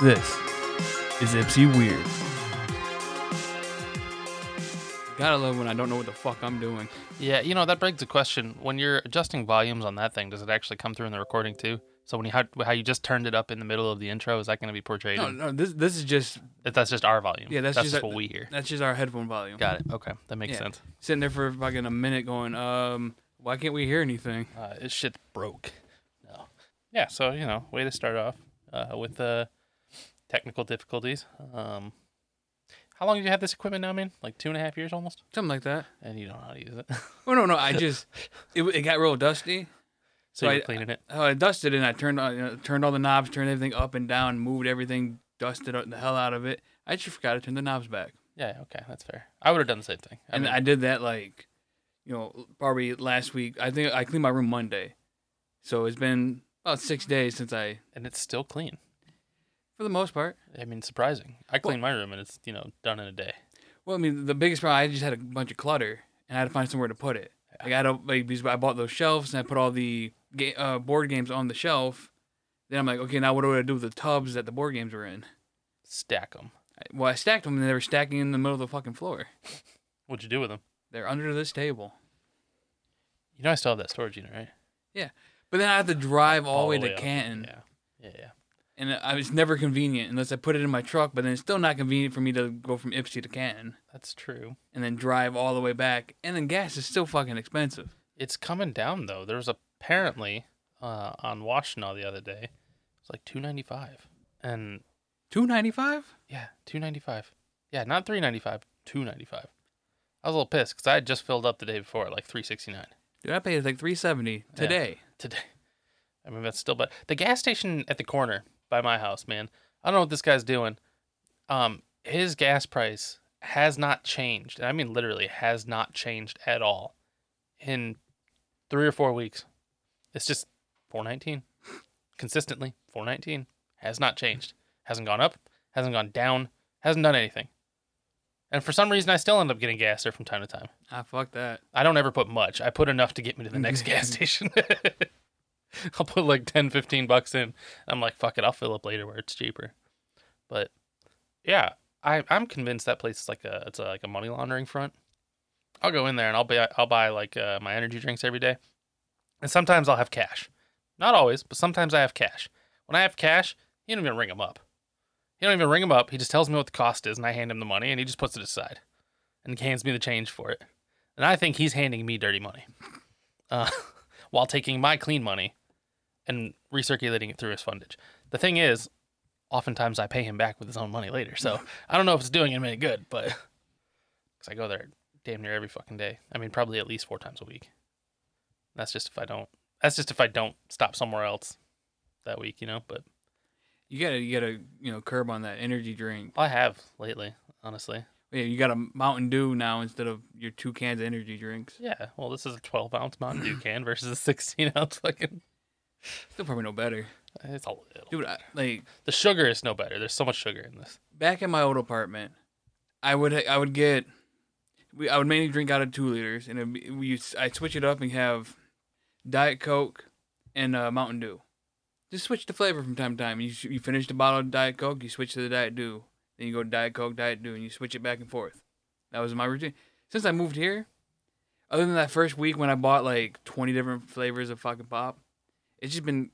This is Ipsy Weird. Gotta love when I don't know what the fuck I'm doing. Yeah, you know that begs the question: when you're adjusting volumes on that thing, does it actually come through in the recording too? So when you how, how you just turned it up in the middle of the intro, is that going to be portrayed? No, No, no, this this is just That's just our volume. Yeah, that's just our- what we hear. that's just our headphone volume. Got it. Okay, that makes Yeah. sense. Sitting there for fucking a minute, going, um, why can't we hear anything? Uh, it shit broke. No. Yeah, so you know, way to start off uh, with uh, technical difficulties. Um, how long have you had this equipment now, man? Like two and a half years almost, Something like that. and you don't know how to use it. Oh no, no, I just it, it got real dusty. So so you're I- cleaning it. Oh, I dusted it and I turned on, you know, turned all the knobs, turned everything up and down, moved everything, dusted the hell out of it. I just forgot to turn the knobs back, Yeah. Okay, that's fair. I would have done the same thing. I and mean, I did that like, you know, probably last week. I think I cleaned my room Monday, so it's been about six days since I, and it's still clean. for the most part. I mean, surprising. I clean my room and it's you know done in a day. Well, I mean, the biggest problem I just had a bunch of clutter, and I had to find somewhere to put it. Like I had a, like because I bought those shelves, and I put all the ga- uh, board games on the shelf. Then I'm like, okay, now what do I do with the tubs that the board games were in? Stack them. I, well, I stacked them, and they were stacking in the middle of the fucking floor. What'd you do with them? They're under this table. You know, I still have that storage unit, right? But then I have to drive all, the way, to up. Canton, Yeah. Yeah. Yeah. and I, it's never convenient unless I put it in my truck. But then it's still not convenient for me to go from Ipsy to Canton That's true. and then drive all the way back. And then gas is still fucking expensive. It's coming down though. There was apparently uh, on Washington the other day. It's like two ninety five, and Two ninety five. yeah, two ninety five. Yeah, not three ninety five. Two ninety five. I was a little pissed because I had just filled up the day before, at like three sixty nine Dude, I paid like three seventy today. today. I mean, that's still bad. The gas station at the corner by my house, man. I don't know what this guy's doing. Um, his gas price has not changed, and I mean literally has not changed at all in three or four weeks. It's just four nineteen consistently. Four nineteen has not changed. Hasn't gone up. Hasn't gone down. Hasn't done anything. And for some reason, I still end up getting gas there from time to time. Ah, fuck that. I don't ever put much. I put enough to get me to the next gas station. I'll put like 10, 15 bucks in. I'm like, fuck it, I'll fill up later where it's cheaper. But yeah, I, I'm convinced that place is like a it's a, like a money laundering front. I'll go in there and I'll buy I'll buy like uh, my energy drinks every day, and sometimes I'll have cash. Not always, but sometimes I have cash. When I have cash, he don't even ring them up. He don't even ring them up. He just tells me what the cost is, and I hand him the money, and he just puts it aside, and hands me the change for it and I think he's handing me dirty money, uh, while taking my clean money and recirculating it through his fundage. The thing is, oftentimes I pay him back with his own money later, so I don't know if it's doing him any good, but because I go there damn near every fucking day. I mean, probably at least four times a week. That's just if I don't. That's just if I don't stop somewhere else that week, you know. But You gotta you gotta you know curb on that energy drink. I have lately, honestly. Yeah, you got a Mountain Dew now instead of your two cans of energy drinks. Yeah. Well, this is a 12 ounce Mountain Dew can versus a 16 ounce fucking. Still probably no better, It's a little. dude. I, like The sugar is no better. There's so much sugar in this. back in my old apartment, I would I would get, we I would mainly drink out of two liters, and it'd be, we I switch it up and have Diet Coke and uh, Mountain Dew. Just switch the flavor from time to time. You s- you finish the bottle of Diet Coke, you switch to the Diet Dew, then you go Diet Coke, Diet Dew, and you switch it back and forth. That was my routine. Since I moved here, other than that first week when I bought like twenty different flavors of fucking pop, it's just been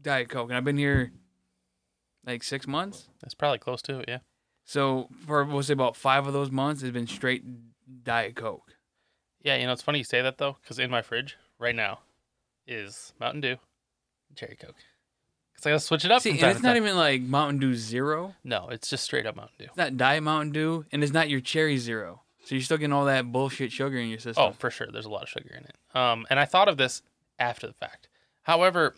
Diet Coke, and I've been here like six months. It's probably close to it, yeah. So for we'll say about five of those months, it's been straight Diet Coke. Yeah, you know, it's funny you say that though, because in my fridge right now is Mountain Dew, and Cherry Coke. Because I gotta switch it up. See, from and time it's to not time. even like Mountain Dew Zero. No, it's just straight up Mountain Dew. It's not Diet Mountain Dew, and it's not your Cherry Zero. So you're still getting all that bullshit sugar in your system. Oh, for sure. There's a lot of sugar in it. Um, and I thought of this after the fact. However,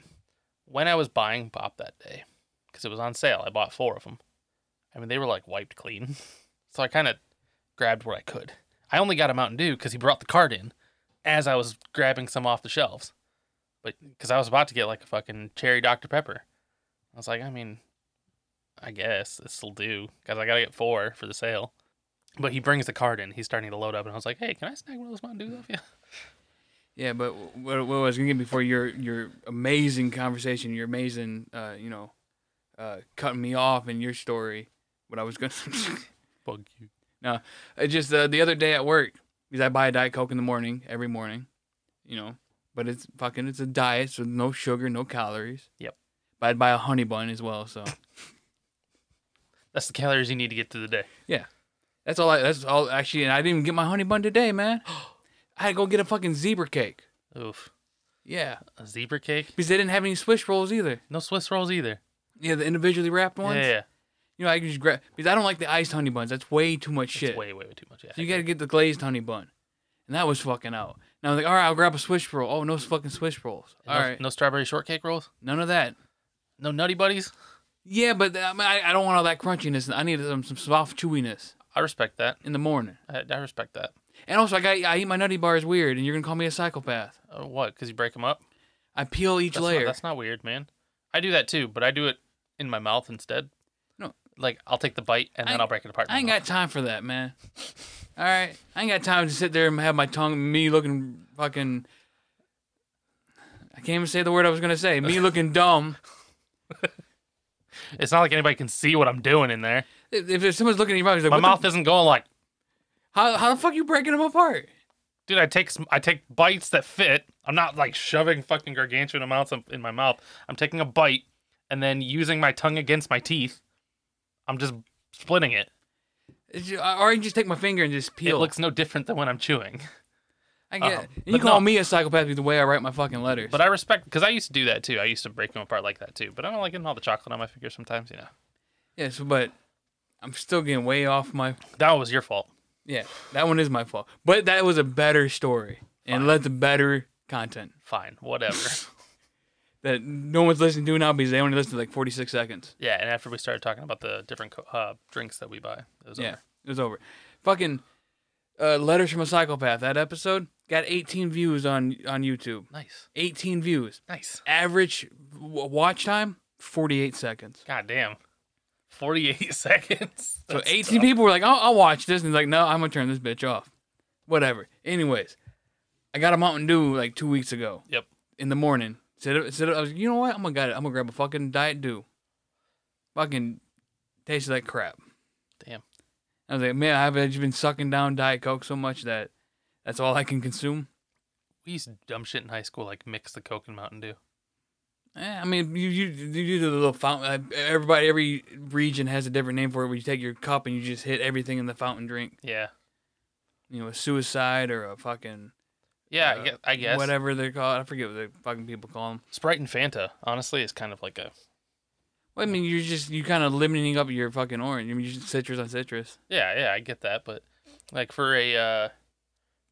when I was buying pop that day, because it was on sale, I bought four of them. I mean, they were like wiped clean. So I kind of grabbed what I could. I only got a Mountain Dew because he brought the cart in as I was grabbing some off the shelves. But because I was about to get like a fucking cherry Dr. Pepper. I was like, I mean, I guess this'll do because I got to get four for the sale. But he brings the cart in. He's starting to load up, and I was like, "Hey, can I snag one of those Mountain Dews off you?" Yeah, but what, what I was gonna get before your your amazing conversation, your amazing uh, you know uh, cutting me off in your story, but I was gonna. Fuck you. I just uh, the other day at work because I buy a diet coke in the morning every morning, you know. But it's fucking it's a diet, so no sugar, no calories. Yep. But I'd buy a honey bun as well, so That's the calories you need to get through the day. that's all. I that's all actually, and I didn't even get my honey bun today, man. I had to go get a fucking zebra cake. Oof. Yeah, A zebra cake? because they didn't have any Swiss rolls either. No Swiss rolls either. Yeah, the individually wrapped ones. Yeah, yeah. You know, I can just grab because I don't like the iced honey buns. That's way too much shit. It's way, way, way too much. Yeah, So you got to get the glazed honey bun, and that was fucking out. And I was like, all right, I'll grab a Swiss roll. Oh, no fucking Swiss rolls. no, All right, no strawberry shortcake rolls? none of that. No nutty buddies? Yeah, but I, mean, I, I don't want all that crunchiness. I need some, some soft chewiness I respect that. in the morning. I, I respect that. And also, I got I eat my nutty bars weird, and you're gonna call me a psychopath. Uh, what? Because you break them up? I peel each That's not, layer. that's not weird, man. I do that too, but I do it in my mouth instead. No. Like, I'll take the bite and then I- I'll break it apart. in I ain't my got time for that, man. All right, I ain't got time to sit there and have my tongue me looking fucking. I can't even say the word I was gonna say. Me looking dumb. mouth. It's not like anybody can see what I'm doing in there. If, if there's someone's looking at your mouth, he's like, My "What the- mouth isn't going like, how how the fuck you breaking them apart? dude. I take sm- I take bites that fit. I'm not like shoving fucking gargantuan amounts of- in my mouth. I'm taking a bite and then using my tongue against my teeth. I'm just splitting it. It's ju- or I can just take my finger and just peel. It looks no different than when I'm chewing. I get. uh-uh. and you But call no. me a psychopath with the way I write my fucking letters. But I respect because I used to do that too. I used to break them apart like that too. But I don't like getting all the chocolate on my fingers sometimes. You know, Yes, but I'm still getting way off my. that was your fault. Yeah, that one is my fault. But that was a better story and led to better content Fine, whatever. that no one's listening to now because they only listened to like 46 seconds. yeah. And after we started talking about the different co- uh, drinks that we buy, it was yeah, over. it was over. Fucking uh, letters from a psychopath. That episode got 18 views on on YouTube. nice, 18 views. nice. Average w- watch time 48 seconds. God damn, forty-eight seconds. So That's 18 tough. people were like, I'll, I'll watch this. And he's like, no, I'm going to turn this bitch off. Whatever. Anyways, I got a Mountain Dew like two weeks ago Yep. in the morning. Said, said I was like, you know what? I'm going to get it. I'm going to grab a fucking Diet Dew. Fucking tasted like crap. Damn. I was like, man, I've just been sucking down Diet Coke so much that that's all I can consume. We used to dumb shit in high school, like mix the Coke and Mountain Dew. Eh, I mean, you, you you do the little fountain. uh, Everybody, every region has a different name for it. Where you take your cup and you just hit everything in the fountain drink. Yeah, You know, a suicide or a fucking yeah. Uh, I guess. I guess. whatever they're called. I forget what the fucking people call them. Sprite and Fanta, honestly, is kind of like a Well, I mean, you're just you kind of limiting up your fucking orange. I mean, you just citrus on citrus. Yeah, yeah, I get that, but like for a uh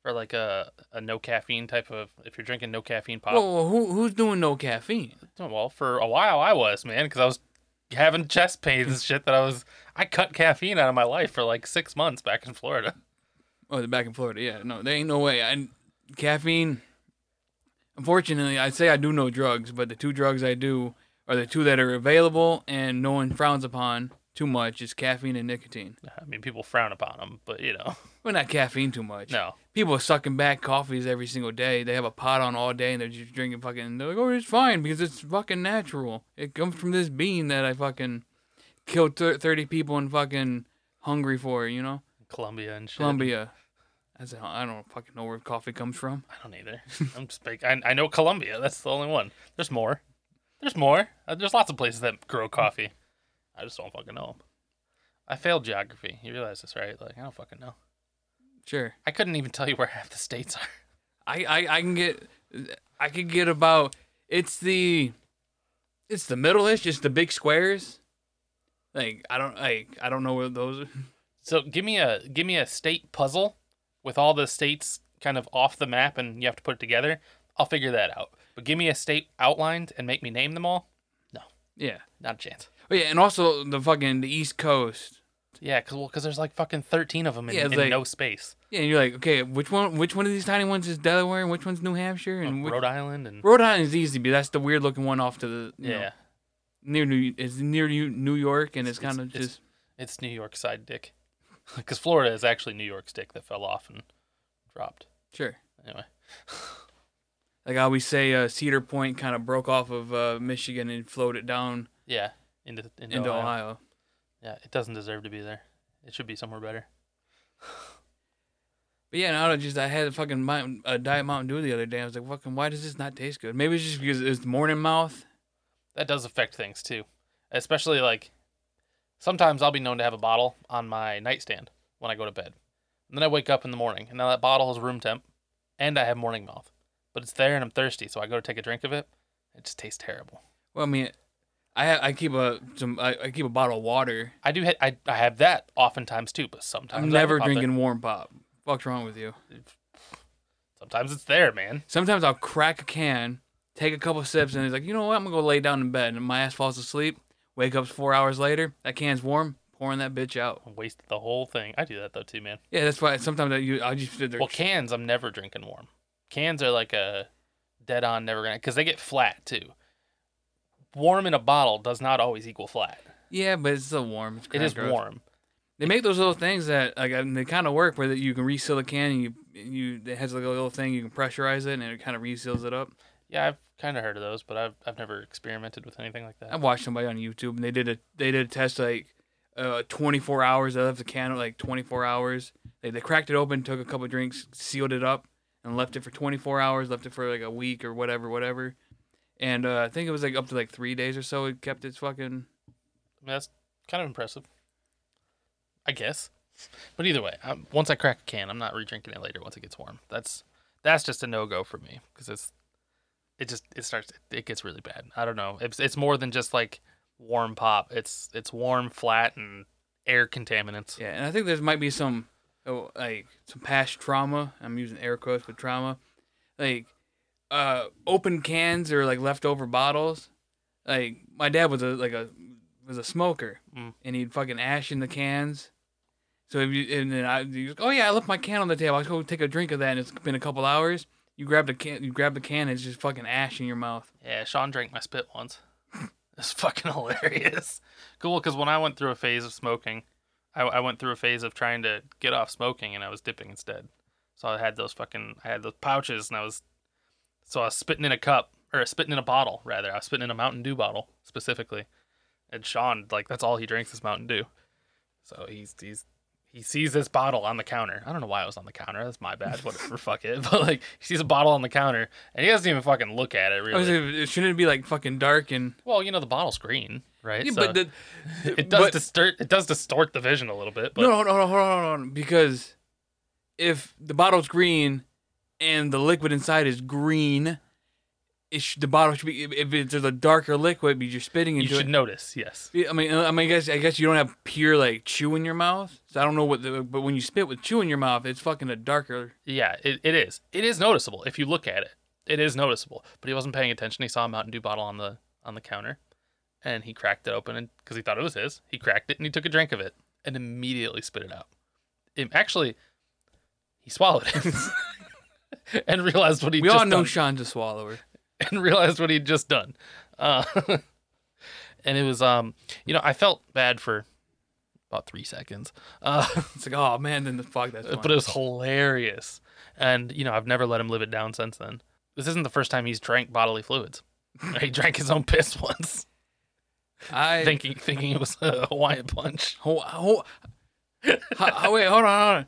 for like a a no caffeine type of if you're drinking no caffeine pop. Whoa, whoa, who who's doing no caffeine? Well, for a while I was, man, cuz I was having chest pains and shit that I was I cut caffeine out of my life for like 6 months back in Florida. Oh, they're back in Florida. Yeah, no, there ain't no way. I caffeine. Unfortunately, I'd say I do no drugs, but the two drugs I do are the two that are available and no one frowns upon too much is caffeine and nicotine. I mean, people frown upon them, but you know. Well, not caffeine too much. No. people are sucking back coffees every single day. They have a pot on all day and they're just drinking fucking. They're like, oh, it's fine because it's fucking natural. It comes from this bean that I fucking killed thir- 30 people in fucking hungry for, you know? Colombia and shit. Colombia. I said, I don't fucking know where coffee comes from. I don't either. I'm just big. I, I know Colombia. That's the only one. There's more. There's more. Uh, There's lots of places that grow coffee. I just don't fucking know 'em. I failed geography. You realize this, right? Like, I don't fucking know. Sure. I couldn't even tell you where half the states are. I, I, I can get, I could get about, it's the, it's the middle-ish, it's the big squares. Like, I don't, like, I don't know where those are. So give me a give me a state puzzle with all the states kind of off the map, and you have to put it together. I'll figure that out. But give me a state outlined and make me name them all. Yeah. Not a chance. Oh, yeah, and also the fucking, the East Coast. Yeah, because there's like fucking thirteen of them in, Yeah, it's in like- no space. Yeah, and you're like, okay, which one? Which one of these tiny ones is Delaware, and which one's New Hampshire, and which, Rhode Island and Rhode Island's easy, but that's the weird looking one off to the you yeah, know, near New. It's near New New York, and it's, It's- kind of it's- just It's New York side dick. Because Florida is actually New York's dick that fell off and dropped. sure. Anyway. Like I always say, uh, Cedar Point kind of broke off of uh, Michigan and flowed it down Oh, Yeah. into into, into Ohio. Ohio. Yeah, it doesn't deserve to be there. It should be somewhere better. But yeah, no, I just I had a fucking mountain, uh, diet Mountain Dew the other day. I was like, fucking, why does this not taste good? Maybe it's just because it's morning mouth. That does affect things too, especially like sometimes I'll be known to have a bottle on my nightstand when I go to bed, and then I wake up in the morning, and now that bottle is room temp, and I have morning mouth, but it's there and I'm thirsty, so I go to take a drink of it. It just tastes terrible. Well, I mean, I ha- I keep a some I, I keep a bottle of water. I do. Ha- I I have that oftentimes too, but sometimes I'm I have never it out there. drinking warm pop. Fuck's wrong with you? Sometimes it's there, man. Sometimes I'll crack a can, take a couple sips, and it's like, you know what? I'm gonna go lay down in bed, and my ass falls asleep. Wake up four hours later, that can's warm. Pouring that bitch out. I wasted the whole thing. I do that though too, man. Yeah, that's why sometimes I you I just sit there. Well, cans I'm never drinking warm. Cans are like a dead on never gonna because they get flat too. Warm in a bottle does not always equal flat. yeah, but it's still warm. It's it is gross. warm. They make those little things that like and they kind of work where that you can reseal the can and you you it has like a little thing you can pressurize it and it kind of reseals it up. Yeah, I've kind of heard of those, but I've I've never experimented with anything like I that. watched somebody on YouTube and they did a they did a test like uh 24 hours. They left the can like 24 hours. They they cracked it open, took a couple drinks, sealed it up, and left it for 24 hours. Left it for like a week or whatever, whatever. And uh, I think it was like up to like three days or so. It kept its fucking. I mean, that's kind of impressive. I guess. But either way, i once I crack a can, I'm not re-drinking it later once it gets warm. That's that's just a no go for me because it's it just it starts it gets really bad. I don't know. It's it's more than just like warm pop. It's it's warm, flat, and air contaminants. Yeah, and I think there might be some, oh, like some past trauma. I'm using air quotes with trauma, like uh, open cans or like leftover bottles. Like my dad was a like a was a smoker, Mm. and he'd fucking ash in the cans. So if you and then I, you just, oh yeah, I left my can on the table. I go take a drink of that, and it's been a couple hours. You grab the can, you grab the can, and it's just fucking ash in your mouth. Yeah, Sean drank my spit once. it's fucking hilarious. Cool, because when I went through a phase of smoking, I, I went through a phase of trying to get off smoking, and I was dipping instead. So I had those fucking, I had those pouches, and I was, so I was spitting in a cup or spitting in a bottle rather. I was spitting in a Mountain Dew bottle specifically, and Sean like that's all he drinks is Mountain Dew. So he's he's he sees this bottle on the counter. I don't know why it was on the counter. That's my bad. Whatever, fuck it. But like he sees a bottle on the counter, and he doesn't even fucking look at it. Really, I was like, it shouldn't be like fucking dark and. well, you know the bottle's green, right? Yeah, So but the, it does but- distort. It does distort the vision a little bit. But No, no, no, no, hold on, hold on. Because if the bottle's green and the liquid inside is green, it sh- the bottle should be. If, if it's, there's a darker liquid, but you're spitting you into should it. notice. Yes. Yeah, I mean, uh, I mean, I guess, I guess you don't have pure like chew in your mouth. So I don't know what the. But when you spit with chew in your mouth, it's fucking a darker. Yeah. It, it is. It is noticeable if you look at it. It is noticeable. But he wasn't paying attention. He saw a Mountain Dew bottle on the on the counter, and he cracked it open because he thought it was his. He cracked it and he took a drink of it and immediately spit it out. It, actually, he swallowed it and realized what he. We just all know done. Sean's a swallower. and realized what he'd just done. Uh, and it was, um, you know, I felt bad for about three seconds, uh, It's like, oh man, then the fuck that's. but it was hilarious. And you know, I've never let him live it down since then. This isn't the first time he's drank bodily fluids. he drank his own piss once, I thinking thinking it was a Hawaiian punch. Ho ho ho- ho- wait, hold on, hold on.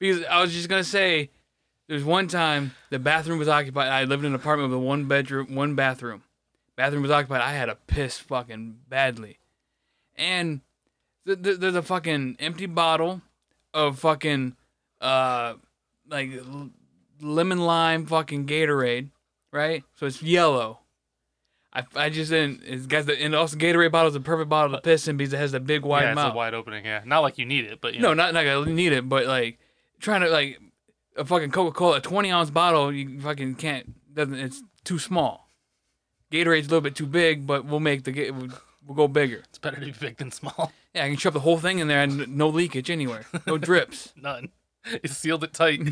Because I was just gonna say, there's one time the bathroom was occupied. I lived in an apartment with a one bedroom, one bathroom. Bathroom was occupied. I had to piss fucking badly, and th- th- there's a fucking empty bottle of fucking uh like l- lemon lime fucking Gatorade, right? So it's yellow. I, I just didn't. It's got the and also Gatorade bottle is the perfect bottle to piss in because it has the big wide yeah, it's mouth. a wide opening. Yeah, not like you need it, but you No, know, not like I need it, but like trying to like a fucking Coca Cola, a twenty ounce bottle, you fucking can't. Doesn't it's too small. Gatorade's a little bit too big, but we'll make the ga- we'll, we'll go bigger. it's better to be big than small. Yeah, I can shove the whole thing in there and no leakage anywhere, no drips. None. He sealed it tight.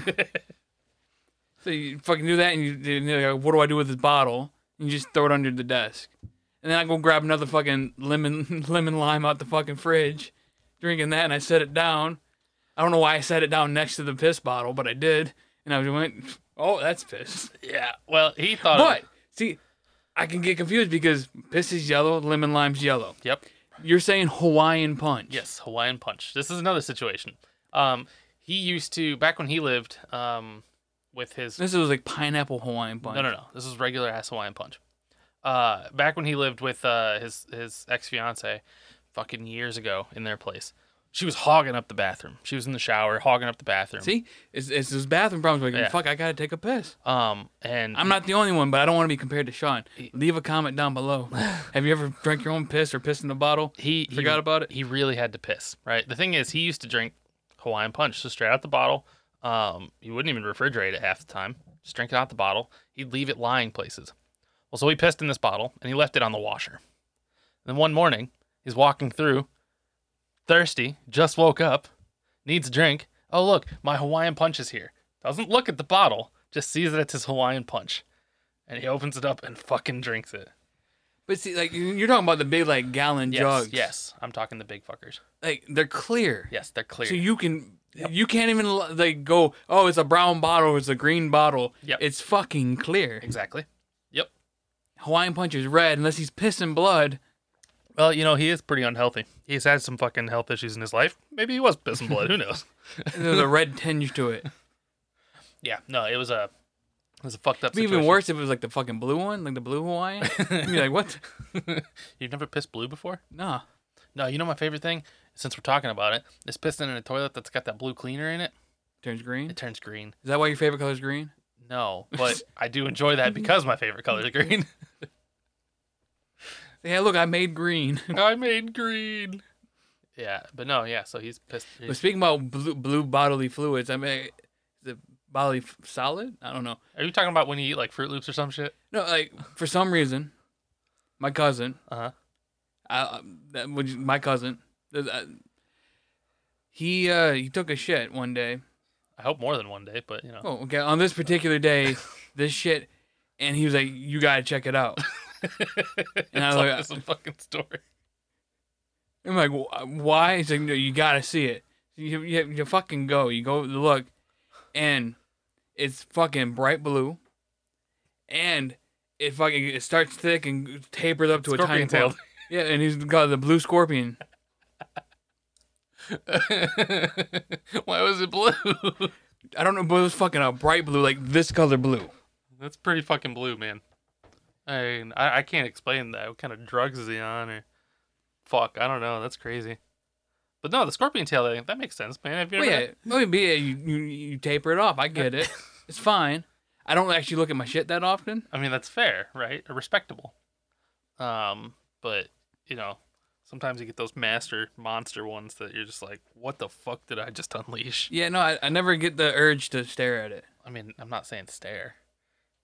So you fucking do that, and you, and you're like, what do I do with this bottle? And you just throw it under the desk, and then I go grab another fucking lemon lemon lime out the fucking fridge, drinking that, and I set it down. I don't know why I set it down next to the piss bottle, but I did, and I went, oh, that's piss. Uh, yeah. Well, he thought. it- But see, I can get confused because piss is yellow, lemon lime's yellow. Yep. You're saying Hawaiian punch. Yes, Hawaiian Punch. This is another situation. Um, he used to back when he lived um, with his This was like pineapple Hawaiian punch. no no no this is regular ass Hawaiian Punch. Uh, back when he lived with uh, his his ex fiance, fucking years ago in their place, she was hogging up the bathroom. She was in the shower hogging up the bathroom. See, it's, it's those bathroom problems. Like, Yeah. fuck, I gotta take a piss. Um, and I'm not the only one, but I don't want to be compared to Sean. Leave a comment down below. Have you ever drank your own piss or pissed in a bottle? he he- Forgot about it? He really had to piss. Right. The thing is, he used to drink Hawaiian Punch, so straight out the bottle. Um, he wouldn't even refrigerate it half the time. Just drink it out the bottle. He'd leave it lying places. Well, so he pissed in this bottle and he left it on the washer. then one morning, he's walking through, thirsty, just woke up, needs a drink. Oh look, my Hawaiian Punch is here. Doesn't look at the bottle, just sees that it's his Hawaiian Punch, and he opens it up and fucking drinks it. But see, like you- you're talking about the big like gallon Yes, jugs. yes, I'm talking the big fuckers. like they're clear. Yes, they're clear. So you can you can't even like go. Oh, it's a brown bottle. It's a green bottle. Yep. It's fucking clear. Exactly. Yep. Hawaiian punch is red unless he's pissing blood. Well, you know, he is pretty unhealthy. He's had some fucking health issues in his life. Maybe he was pissing blood. Who knows? And there's a red tinge to it. Yeah. No, it was a, it was a fucked up. It'd be Situation. even worse if it was like the fucking blue one, like the blue Hawaiian. You'd be like, what? You've never pissed blue before? Nah. No. You know my favorite thing, since we're talking about it, is pissing in a toilet that's got that blue cleaner in it. Turns green. It turns green. Is that why your favorite color is green? No, but I do enjoy that because my favorite color is green. Yeah, look, I made green. I made green. Yeah, but no, yeah. So he's pissed. But he's- speaking about blue, blue bodily fluids, I mean, the bodily f- solid? I don't know. Are you talking about when you eat like Fruit Loops or some shit? No, like for some reason, my cousin, Uh huh. I, that was my cousin, uh, he uh, he took a shit one day. I hope more than one day, but you know. Oh, okay. On this particular day, this shit, and he was like, "You gotta check it out." and I I was like- like some fucking story. I'm like, "Wh- "Why?" He's like, "No, you gotta see it. You, you you fucking go. You go look, and it's fucking bright blue, and it fucking it starts thick and tapers up to a tiny Scorpion-tailed. point. Yeah, and he's got the blue scorpion. Why was it blue? I don't know, but it was fucking a bright blue, like this color blue. That's pretty fucking blue, man. I mean, I, I can't explain that. What kind of drugs is he on? Or fuck, I don't know. That's crazy. But no, the scorpion tail thing that makes sense, man. Have you Well, ever Oh, yeah, well, yeah, you, you you taper it off. I get it. It's fine. I don't actually look at my shit that often. I mean, that's fair, right? Respectable. Um, but you know, sometimes you get those master monster ones that you're just like, what the fuck did I just unleash? Yeah, no, I, I never get the urge to stare at it. I mean, I'm not saying stare,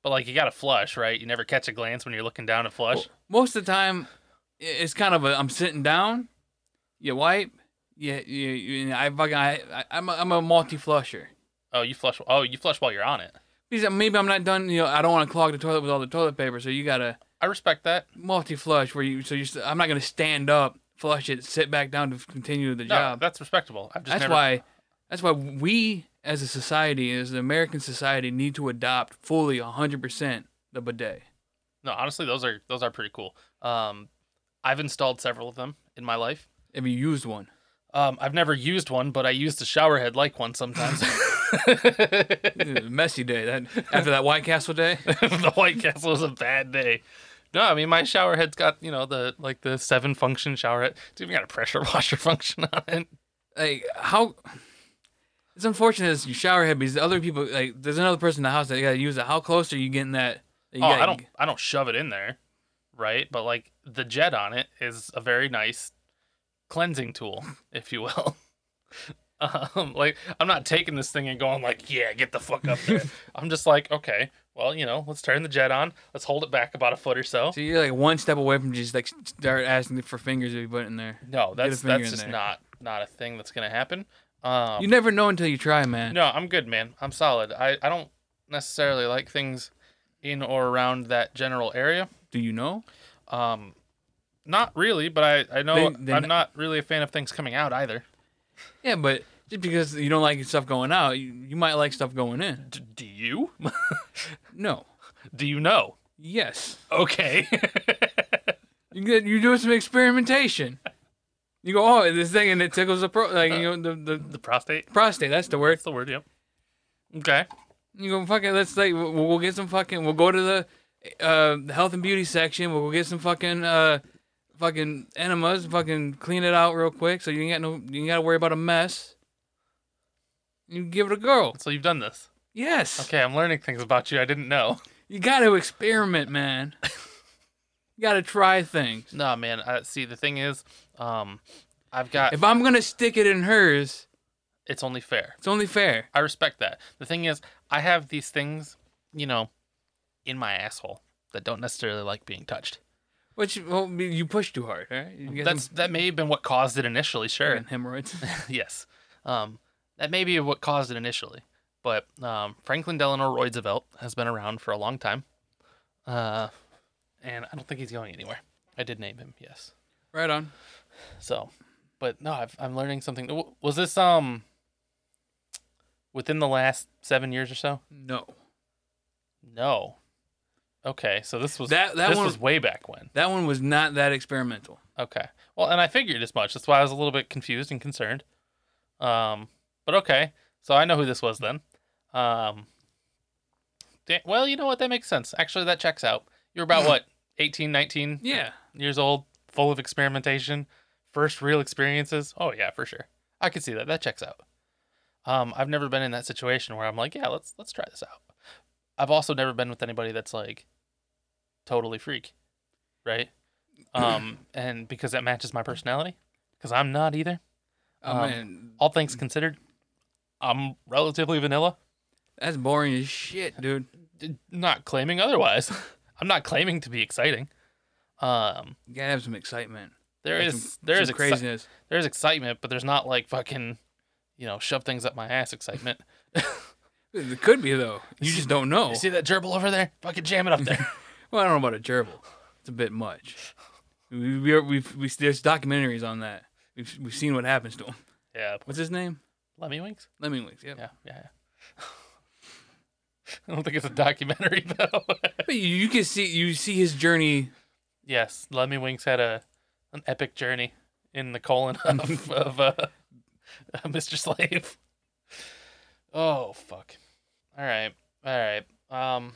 but like you got to flush, right? You never catch a glance when you're looking down to flush. Most of the time, i- it's kind of a I'm sitting down, you wipe, yeah, you, you, I fucking I, I I'm a, I'm a multi flusher. Oh, you flush. Oh, you flush while you're on it. Because maybe I'm not done. You know, I don't want to clog the toilet with all the toilet paper, so you gotta I respect that. multi flush where you. So you, I'm not gonna stand up, flush it, sit back down to continue the No, job. that's respectable. I've just that's never- why that's why we as a society as the american society need to adopt fully 100% the bidet No, honestly, those are those are pretty cool. Um, I've installed several of them in my life. if you used one Um, I've never used one, but I used a shower head like one sometimes. It was a messy day that after that white castle day the White Castle was a bad day. No, I mean my shower head's got you know the like the seven function shower head. It's even got a pressure washer function on it. like how it's unfortunate it's your shower head because the other people like there's another person in the house that you gotta use it how close are you getting that you Oh, gotta- I don't I don't shove it in there, right? But like the jet on it is a very nice cleansing tool, if you will. um, like I'm not taking this thing and going like, yeah, get the fuck up there. I'm just like, okay, well, you know, let's turn the jet on. Let's hold it back about a foot or so. so you're like one step away from just like start asking for fingers to be put in there no, that's finger that's in just there. not not a thing that's gonna happen. Um, you never know until you try man No, I'm good, man. I'm solid. I, I don't necessarily like things in or around that general area. do you know Um, not really, but I, I know Then- then- I'm not really a fan of things coming out either. yeah but just because you don't like stuff going out you, you might like stuff going in D- do you? no do you know? Yes. Okay. You get you do some experimentation. You go, oh, this thing, and it tickles the pro, like you know the, the the prostate. prostate. That's the word. That's the word. Yep. Okay. You go, fuck it. Let's like we'll, we'll get some fucking. We'll go to the uh the health and beauty section. We'll go get some fucking uh fucking enemas. Fucking clean it out real quick, so you ain't got no you ain't got to worry about a mess. You give it a go. So you've done this. Yes. Okay, I'm learning things about you I didn't know. You got to experiment, man. you got to try things. No, man. I, see, the thing is, um, I've got. If I'm gonna stick it in hers, it's only fair. it's only fair. I respect that. The thing is, I have these things, you know, in my asshole that don't necessarily like being touched. Which well, you push too hard, right? You get That's that may have been what caused it initially. Sure. fucking hemorrhoids. yes. Um, that may be what caused it initially. But um, Franklin Delano Roosevelt has been around for a long time. Uh, and I don't think he's going anywhere. I did name him, yes. right on. So, but no, I've, I'm learning something. W- Was this um within the last seven years or so? No, No. Okay, so this was That- that this one- was way back when. that one was not that experimental. Okay. Well, and I figured as much. That's why I was a little bit confused and concerned. Um, but okay. So I know who this was then. Um, da- well, you know what? That makes sense. Actually, that checks out. You're about what, 18, 19 Yeah, years old, full of experimentation, first real experiences. Oh yeah, for sure. I could see that. That checks out. Um, I've never been in that situation where I'm like, yeah, let's let's try this out. I've also never been with anybody that's like totally freak, right? Um, and because that matches my personality, because I'm not either. oh Um, man, All things considered, I'm relatively vanilla. that's boring as shit, dude. D- Not claiming otherwise. I'm not claiming to be exciting. Um, You gotta have some excitement. there Like is some- there is some exci- craziness. there's excitement, but there's not like fucking, you know, shove things up my ass excitement. It could be though. You just don't know. You see that gerbil over there? Fucking jam it up there. Well, I don't know about a gerbil. It's a bit much. We we are- we've, we there's documentaries on that. We've we've seen what happens to him. yeah. What's his name? Lemmy Winks? Lemmings. Yeah. Yeah, yeah, yeah. I don't think it's a documentary though. But you, you can see you see his journey. yes, Lemmy Winks had a an epic journey in the colon of, of uh, Mr. Slave. Oh fuck. All right. All right. Um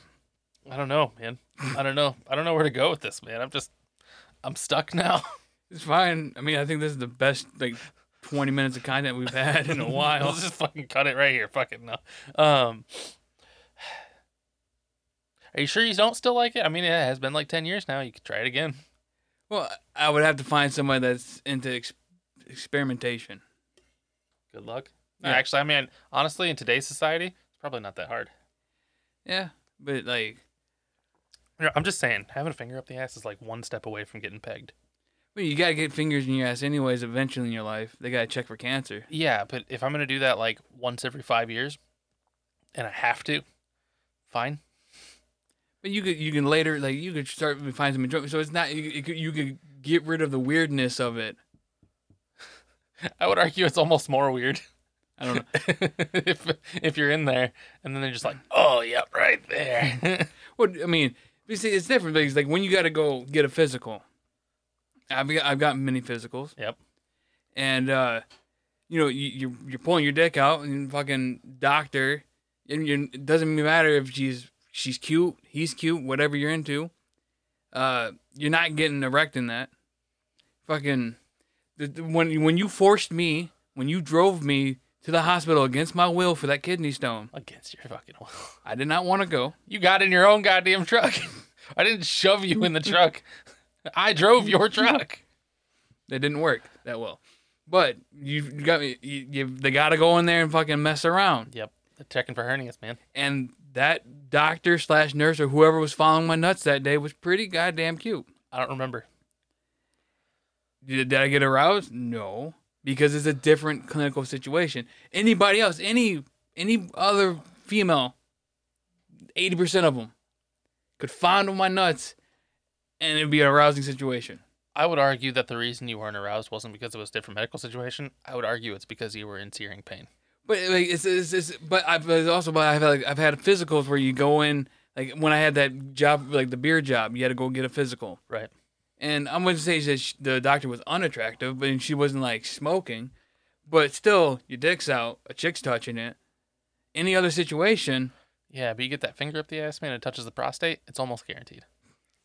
I don't know, man. I don't know. I don't know where to go with this, man. I'm just I'm stuck now. It's fine. I mean, I think this is the best like 20 minutes of content we've had in a while. Let's just fucking cut it right here. Fucking no. Um, are you sure you don't still like it? I mean, it has been like ten years now. You could try it again. Well, I would have to find somebody that's into ex- experimentation. Good luck. No, Yeah. Actually, I mean, honestly, in today's society, it's probably not that hard. Yeah, but like, You know, I'm just saying, having a finger up the ass is like one step away from getting pegged. well, you gotta get fingers in your ass anyways. Eventually in your life, they gotta check for cancer. Yeah, but if I'm gonna do that like once every five years, and I have to, fine. But you could you can later like you could start to find some enjoyment. So it's not you, could- you could get rid of the weirdness of it. I would argue it's almost more weird. I don't know. if if you're in there and then they're just like, oh yep, right there. Well, I mean, you see, it's different because like when you gotta go get a physical. I've got, I've gotten many physicals. Yep. and uh, you know you, you're you're pulling your dick out and fucking doctor, and you it doesn't matter if she's she's cute, he's cute, whatever you're into. Uh, you're not getting erect in that. Fucking, the, the- when when you forced me, when you drove me to the hospital against my will for that kidney stone, Against your fucking will. I did not want to go. You got in your own goddamn truck. I didn't shove you in the truck. I drove your truck. That didn't work that well. But you you got me. You, you, they gotta go in there and fucking mess around. Yep. Checking for hernias, man. and that doctor slash nurse or whoever was following my nuts that day was pretty goddamn cute. I don't remember. Did, did I get aroused? No, because it's a different clinical situation. Anybody else, any any other female, eighty percent of them could fondle my nuts, and it'd be an arousing situation. I would argue that the reason you weren't aroused wasn't because it was a different medical situation. I would argue it's because you were in searing pain. But like it's, it's, it's but I've but it's also but I've had, like, I've had physicals where you go in Like when I had that job, like the beer job, you had to go get a physical. Right. And I'm going to say that sh the doctor was unattractive, but she wasn't like smoking. But still, your dick's out, a chick's touching it. Any other situation, Yeah, but you get that finger up the ass, man, it touches the prostate, it's almost guaranteed.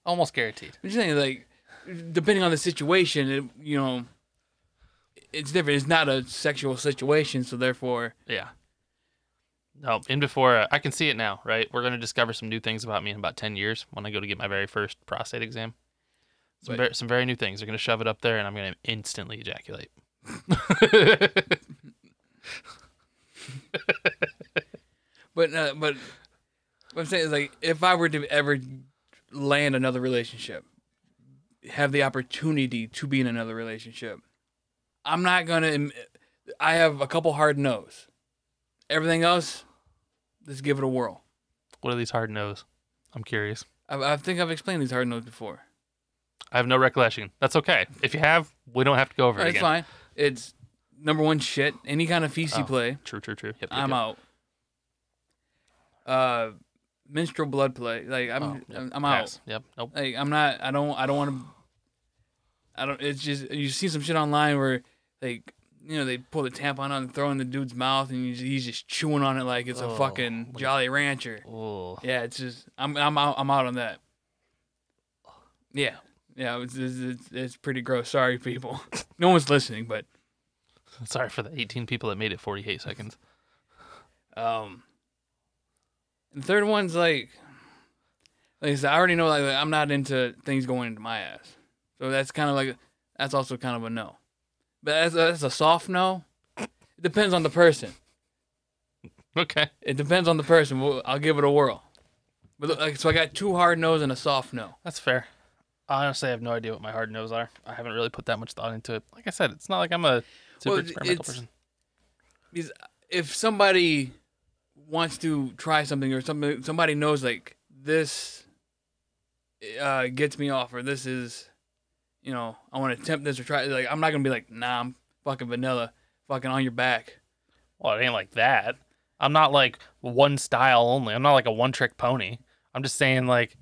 Almost guaranteed. I'm just saying, like, depending on the situation, it, you know, it's different. It's not a sexual situation, so therefore, Yeah. No, in before uh, I can see it now, right? We're gonna discover some new things about me in about ten years when I go to get my very first prostate exam. Some But- ver- some very new things. They're gonna shove it up there, and I'm gonna instantly ejaculate. but uh, but what I'm saying is like, if I were to ever land another relationship, have the opportunity to be in another relationship, I'm not gonna. I have a couple hard no's. Everything else, let's give it a whirl. what are these hard nos? I'm curious. I, I think I've explained these hard no's before. I have no recollection. That's okay. If you have, we don't have to go over All right, it it's again. fine. It's number one shit. Any kind of feces Oh. play. True, true, true. Yep, yep, I'm yep. out. Uh, menstrual blood play. Like I'm, Oh, yep. I'm, I'm out. Pass. Yep. Nope. Like I'm not. I don't. I don't want to. I don't. It's just you see some shit online where, like, you know, they pull the tampon out and throw it in the dude's mouth, and he's, he's just chewing on it like it's Oh, a fucking wait. Jolly Rancher. Oh. Yeah, it's just I'm I'm out I'm out on that. Yeah, yeah, it's it's, it's, it's pretty gross. Sorry, people. no one's listening, but Sorry for the 18 people that made it 48 seconds. Um, and third one's like, like I said, I already know like, I'm not into things going into my ass, so that's kind of like that's also kind of a no, but that's a, that's a soft no. It depends on the person. Okay. It depends on the person. Well, I'll give it a whirl. But look, like, so I got two hard no's and a soft no. That's fair. I honestly have no idea what my hard nos are. I haven't really put that much thought into it. Like I said, it's not like I'm a super Well, experimental it's- person. Because if somebody wants to try something or something, somebody knows like this uh, gets me off or this is, you know, I want to attempt this or try. Like I'm not gonna be like, nah, I'm fucking vanilla, fucking on your back. Well, it ain't like that. I'm not like one style only. I'm not like a one trick pony. I'm just saying, like,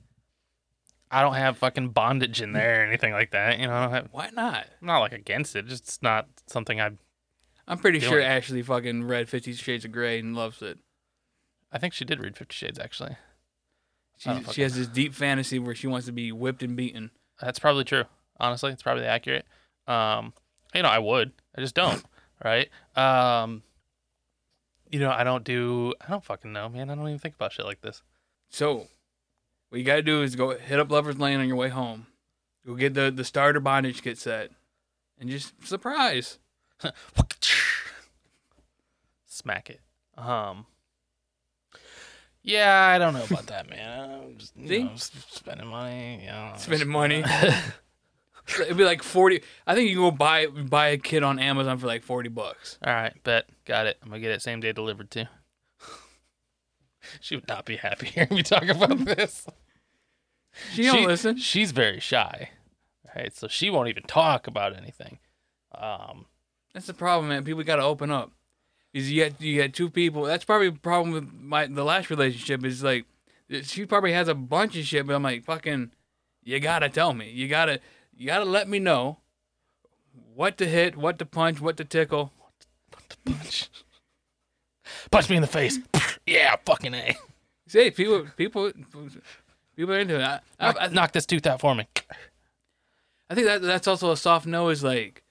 I don't have fucking bondage in there or anything like that. You know, I don't have, Why not? I'm not like against it. Just it's not something I. I'm pretty Doing sure it. Ashley fucking read Fifty Shades of Grey and loves it. I think she did read Fifty Shades actually. She don't she fucking- has this deep fantasy where she wants to be whipped and beaten. That's probably true. Honestly, it's probably accurate. Um, you know, I would. I just don't. right. Um, you know, I don't do. I don't fucking know, man. I don't even think about shit like this. So, what you gotta do is go hit up Lover's Lane on your way home. Go get the the starter bondage kit set, and just surprise. Smack it. Um. Yeah, I don't know about that, man. I'm just you See? know, s- spending money. You know, spending money. It'd be like forty. I think you can go buy buy a kit on Amazon for like forty bucks. All right, bet. Got it. I'm gonna get it same day delivered too. she would not be happy hearing me talk about this. She don't listen. She's very shy, right? So she won't even talk about anything. Um, That's the problem, man. People gotta open up. Is you got you got two people. That's probably the problem with my the last relationship is like she probably has a bunch of shit, but I'm like fucking. You gotta tell me. You gotta you gotta let me know what to hit, what to punch, what to tickle. punch, punch me in the face. yeah, fucking a. See, people people people are into it. I, I, Knock, I, knock this tooth out for me. I think that that's also a soft no is like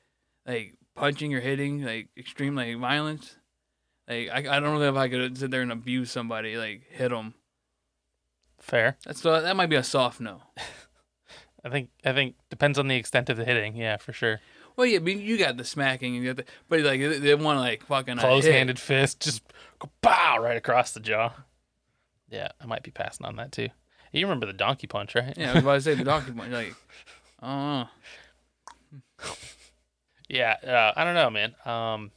like punching or hitting, like extreme like violence. Like I, I don't know if I could sit there and abuse somebody, like hit them. Fair. That's so that might be a soft no. I think. I think depends on the extent of the hitting. Yeah, for sure. Well, yeah, I mean, you got the smacking, you got the, but like they, they want like fucking a hit. Close-handed fist, just pow right across the jaw. Yeah, I might be passing on that too. You remember the donkey punch, right? Yeah, I was about to say the donkey punch. Like, uh-huh. I don't know. Yeah, uh, I don't know, man. Um,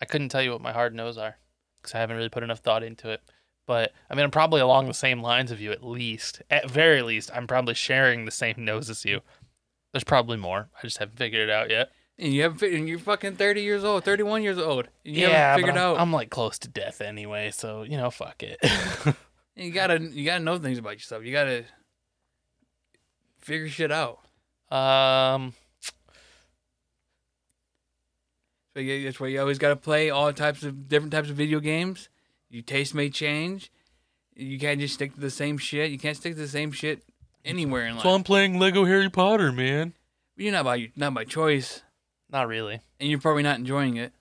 I couldn't tell you what my hard nos are because I haven't really put enough thought into it. But I mean, I'm probably along the same lines of you at least. At very least, I'm probably sharing the same nose as you. There's probably more. I just haven't figured it out yet. And you haven't figured, and you're fucking thirty years old, thirty one years old. And you yeah, haven't but figured I'm, out. I'm like close to death anyway, so you know, fuck it. And you gotta you gotta know things about yourself. You gotta figure shit out. Um, So yeah, that's why you always gotta play all types of different types of video games. Your taste may change. You can't just stick to the same shit. You can't stick to the same shit anywhere in life. so I'm playing Lego Harry Potter, man. You're not by not by choice, Not really. and you're probably not enjoying it.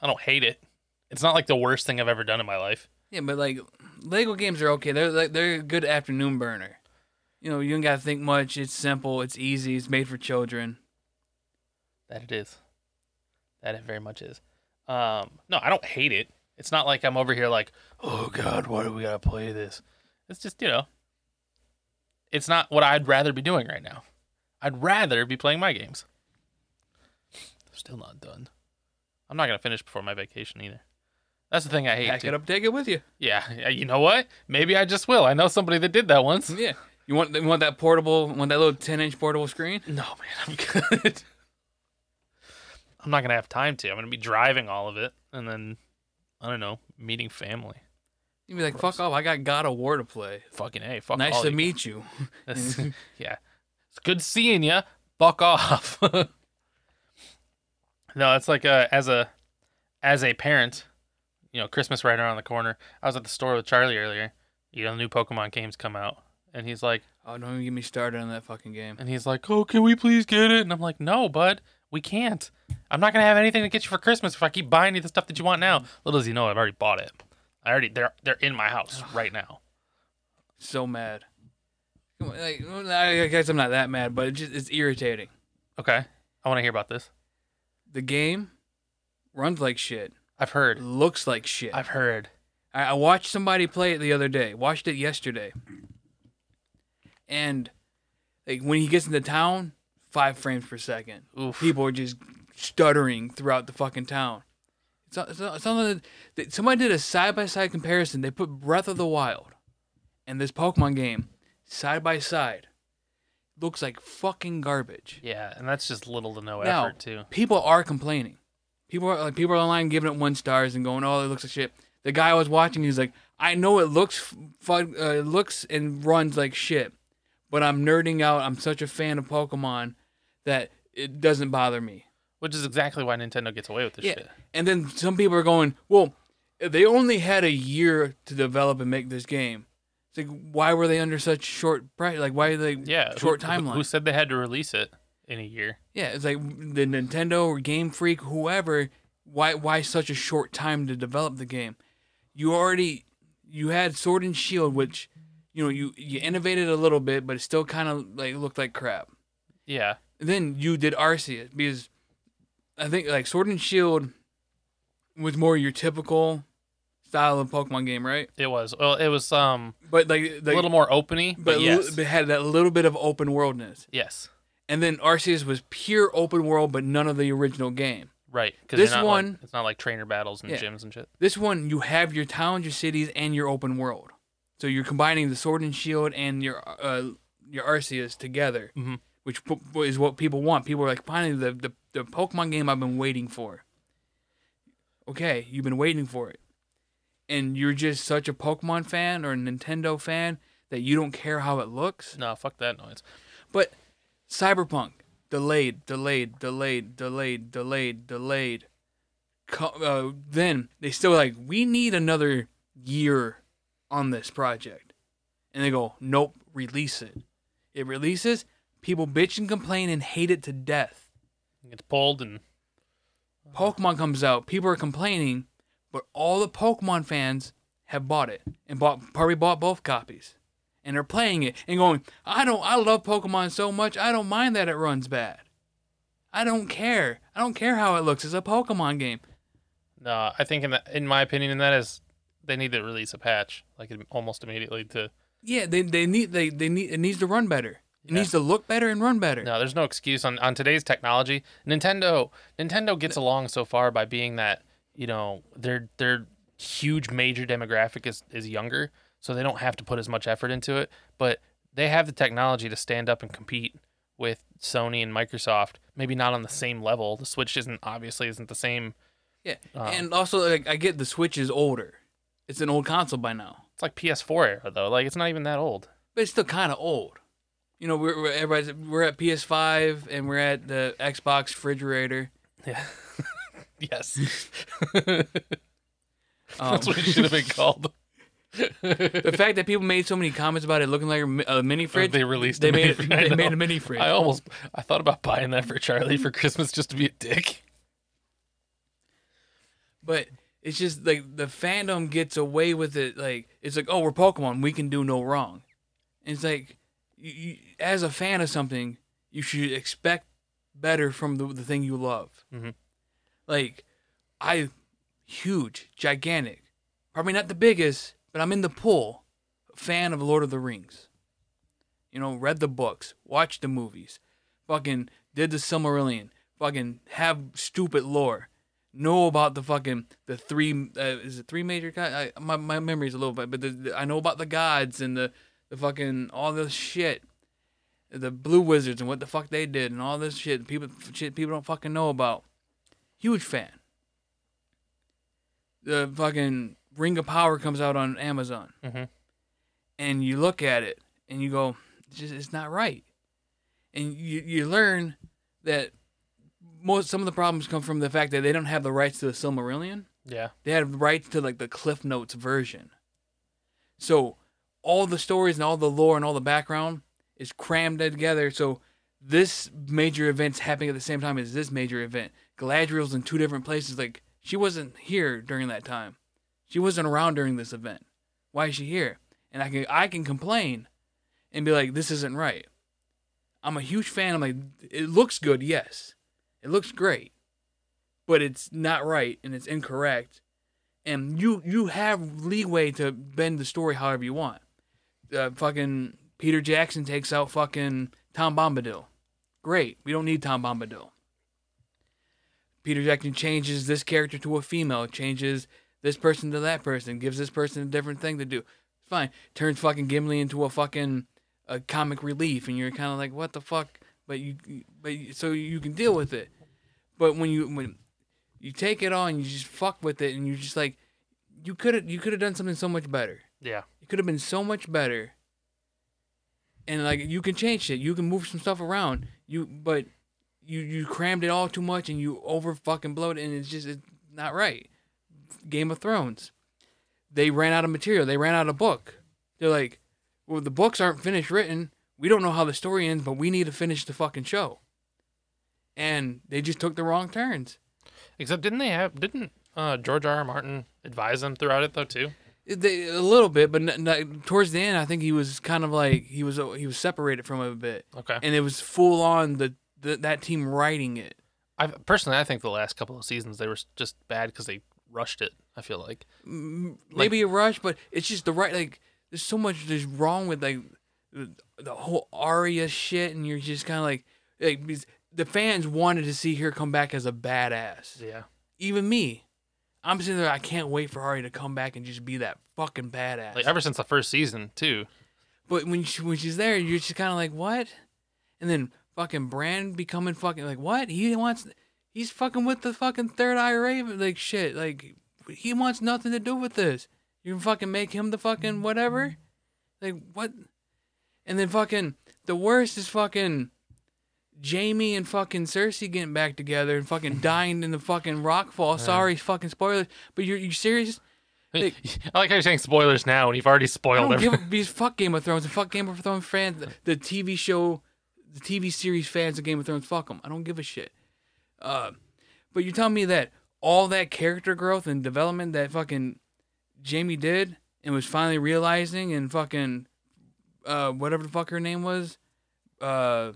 I don't hate it. It's not like the worst thing I've ever done in my life. Yeah, but like Lego games are okay. They're like they're a good afternoon burner. You know, you don't gotta think much. It's simple. It's easy. It's made for children. That it is. That it very much is. Um, no, I don't hate it. It's not like I'm over here like, oh god, why do we gotta play this? It's just you know, it's not what I'd rather be doing right now. I'd rather be playing my games. Still not done. I'm not gonna finish before my vacation either. That's the thing I hate. Pack too. it up. Take it with you. Yeah, yeah, you know what? Maybe I just will. I know somebody that did that once. Yeah. You want you want that portable? Want that little ten inch portable screen? No, man, I'm good. I'm not gonna have time to. I'm gonna be driving all of it, and then I don't know, meeting family. You'd be like, fuck off. I got God of War to play. Fucking hey, fuck. nice all to you. meet you. That's- yeah, it's good seeing you. Fuck off. no, it's like uh as a as a parent, you know, Christmas right around the corner. I was at the store with Charlie earlier. You know, new Pokemon games come out, and he's like, Oh, don't even get me started on that fucking game. And he's like, "Oh, can we please get it?" And I'm like, "No, bud, we can't. I'm not gonna have anything to get you for Christmas if I keep buying you the stuff that you want now." Little does he know, I've already bought it. I already they're they're in my house right now. So mad. Come on, Like, well, I I guess I'm not that mad, but it just it's irritating. Okay, I want to hear about this. The game runs like shit. I've heard. Looks like shit. I've heard. I, I watched somebody play it the other day. Watched it yesterday. And like when he gets into town, five frames per second. Oof. People are just stuttering throughout the fucking town. It's, not- it's, not- it's something that, that somebody did a side by side comparison. They put Breath of the Wild and this Pokemon game side by side. Looks like fucking garbage. Yeah, and that's just little to no Now, effort too. people are complaining. People are like people are online giving it one stars and going, "Oh, it looks like shit." The guy I was watching, he's like, "I know it looks fun, uh, it looks and runs like shit, but I'm nerding out. I'm such a fan of Pokemon that it doesn't bother me." Which is exactly why Nintendo gets away with this shit. And then some people are going, "Well, they only had a year to develop and make this game." It's like, why were they under such short price? Like, why are they Yeah, who- short who- timeline? Who, said they had to release it in a year? Yeah, it's like the Nintendo or Game Freak, whoever. Why why such a short time to develop the game? You already you had Sword and Shield, which you know you you innovated a little bit, but it still kind of like looked like crap. Yeah, Then you did Arceus because I think like Sword and Shield was more your typical style of Pokemon game, right? it was. Well, it was um But like, like a little more openy, but, but, li- yes, but had that little bit of open worldness. yes, And then Arceus was pure open world, but none of the original game. right. Because This like, one- it's not like trainer battles and Yeah. gyms and shit. This one, you have your towns, your cities, and your open world. So you're combining the sword and shield and your uh, your Arceus together, Mhm. which p- is what people want. People are like, finally, the, the, the Pokemon game I've been waiting for. Okay, you've been waiting for it. And you're just such a Pokemon fan or a Nintendo fan that you don't care how it looks. No, fuck that noise. But Cyberpunk delayed, delayed, delayed, delayed, delayed, delayed. Co- uh, then they still like we need another year on this project, and they go nope, release it. It releases, people bitch and complain and hate it to death. It's pulled and Pokemon comes out, people are complaining, but all the Pokemon fans have bought it and bought probably bought both copies. And they're playing it and going, I don't I love Pokemon so much, I don't mind that it runs bad. I don't care. I don't care how it looks. It's a Pokemon game. no, uh, I think in that, in my opinion, in that is they need to release a patch like im- almost immediately to. Yeah, they, they need they, they need it needs to run better. It Yeah. needs to look better and run better. No, there's no excuse on on today's technology. Nintendo Nintendo gets along so far by being that you know their their huge major demographic is is younger, so they don't have to put as much effort into it. But they have the technology to stand up and compete with Sony and Microsoft. Maybe not on the same level. The Switch isn't obviously isn't the same Yeah. Oh. And also like I get the Switch is older. It's an old console by now. It's like PS4 era though. Like it's not even that old. but it's still kind of old. You know, we're, we're everybody's we're at PS5 and we're at the Xbox refrigerator. Yeah. yes. That's Um, what it should have been called. the fact that people made so many comments about it looking like a mi- a mini fridge, Oh, they released. they a mini made fridge. I they know. made a mini fridge. I almost I thought about buying that for Charlie for Christmas just to be a dick. But it's just like the fandom gets away with it. Like it's like, oh, we're Pokemon, we can do no wrong. And it's like, you, you, as a fan of something, you should expect better from the, the thing you love. Mhm. Like, I huge, gigantic, probably not the biggest, but I'm in the pool. Fan of Lord of the Rings. You know, read the books, watched the movies, fucking did the Silmarillion, fucking have stupid lore know about the fucking the three uh, is it three major gods? I, my my memory's a little bit, but the, the- I know about the gods and the the fucking all this shit, the blue wizards and what the fuck they did and all this shit people shit people don't fucking know about. Huge fan. The fucking Ring of Power comes out on Amazon, Mhm. and you look at it and you go, it's just it's not right, and you you learn that most some of the problems come from the fact that they don't have the rights to the Silmarillion. Yeah. They have the rights to like the Cliff Notes version. So all the stories and all the lore and all the background is crammed together. So this major event's happening at the same time as this major event. Galadriel's in two different places. Like she wasn't here during that time. She wasn't around during this event. Why is she here? And I can I can complain and be like, this isn't right. I'm a huge fan. I'm like, it looks good, yes. It looks great, but it's not right and it's incorrect. And you you have leeway to bend the story however you want. Uh, fucking Peter Jackson takes out fucking Tom Bombadil. Great, we don't need Tom Bombadil. Peter Jackson changes this character to a female, changes this person to that person, gives this person a different thing to do. Fine, turns fucking Gimli into a fucking a comic relief, and you're kind of like, what the fuck? But you, but you, so you can deal with it. But when you when you take it on, you just fuck with it, and you're just like, you could have you could have done something so much better. Yeah. It could have been so much better. And like you can change shit, you can move some stuff around. You but you you crammed it all too much and you over fucking blowed it, and it's just it's not right. Game of Thrones, they ran out of material. They ran out of book. They're like, well, the books aren't finished written. We don't know how the story ends, but we need to finish the fucking show. And they just took the wrong turns. Except didn't they have didn't uh, George R. R. Martin advise them throughout it though too? It- They, a little bit, but n- n- towards the end, I think he was kind of like he was he was separated from it a bit. Okay. and it was full on the, the that team writing it. I personally I think the last couple of seasons they were s- just bad because they rushed it. I feel like. M- Maybe a rush, but it's just the right like. There's so much that's wrong with like the the whole Arya shit, and you're just kind of like like because the fans wanted to see her come back as a badass. Yeah. Even me, I'm sitting there. I can't wait for Arya to come back and just be that fucking badass. Like ever since the first season too. But when she, when she's there, you're just kind of like, what? And then fucking Brand becoming fucking like, what? He wants, he's fucking with the fucking third eye raven like shit. Like he wants nothing to do with this. You can fucking make him the fucking whatever. Like what? And then fucking the worst is fucking Jamie and fucking Cersei getting back together and fucking dying in the fucking rockfall. Sorry, fucking spoilers. But you're you serious? I like how you're saying spoilers now when you've already I spoiled don't give everything. a these fuck Game of Thrones and fuck Game of Thrones fans. The, the TV show, the TV series fans of Game of Thrones, fuck them. I don't give a shit. Uh, but you tell me that all that character growth and development that fucking Jamie did and was finally realizing and fucking uh, whatever the fuck her name was, uh,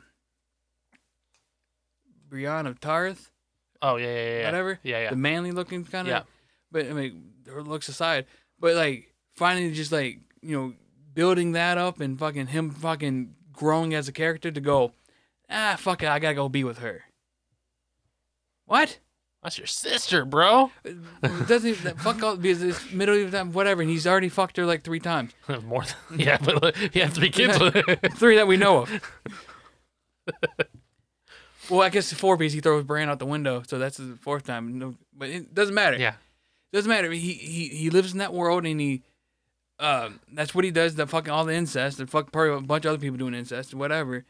Brienne of Tarth, Oh yeah yeah yeah. yeah. whatever Yeah yeah. the manly looking kind of. Yeah. But I mean, her looks aside, but like finally just like you know building that up and fucking him fucking growing as a character to go, ah fuck it, I gotta go be with her. What? That's your sister, bro. It Doesn't even- fuck all because it's middle of time whatever, and he's already fucked her like three times, More than yeah, but like, he had three kids. with it. three that we know of. well, I guess the four piece he throws Bran out the window, so that's the fourth time. No, but it doesn't matter. yeah. doesn't matter. He, he he lives in that world and he um, that's what he does. The fucking all the incest, and fuck probably a bunch of other people doing incest, whatever.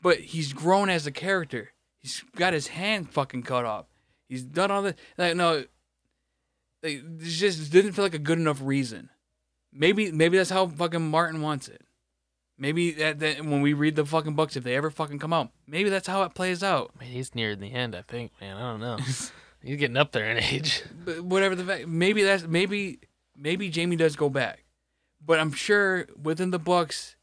But he's grown as a character. He's got his hand fucking cut off. He's done all the like no. Like, it just didn't feel like a good enough reason. Maybe maybe that's how fucking Martin wants it. Maybe that, that when we read the fucking books, if they ever fucking come out, maybe that's how it plays out. Man, he's near the end, I think, man. I don't know. he's getting up there in age. but whatever the fact, maybe that's maybe maybe Jamie does go back, but I'm sure within the books,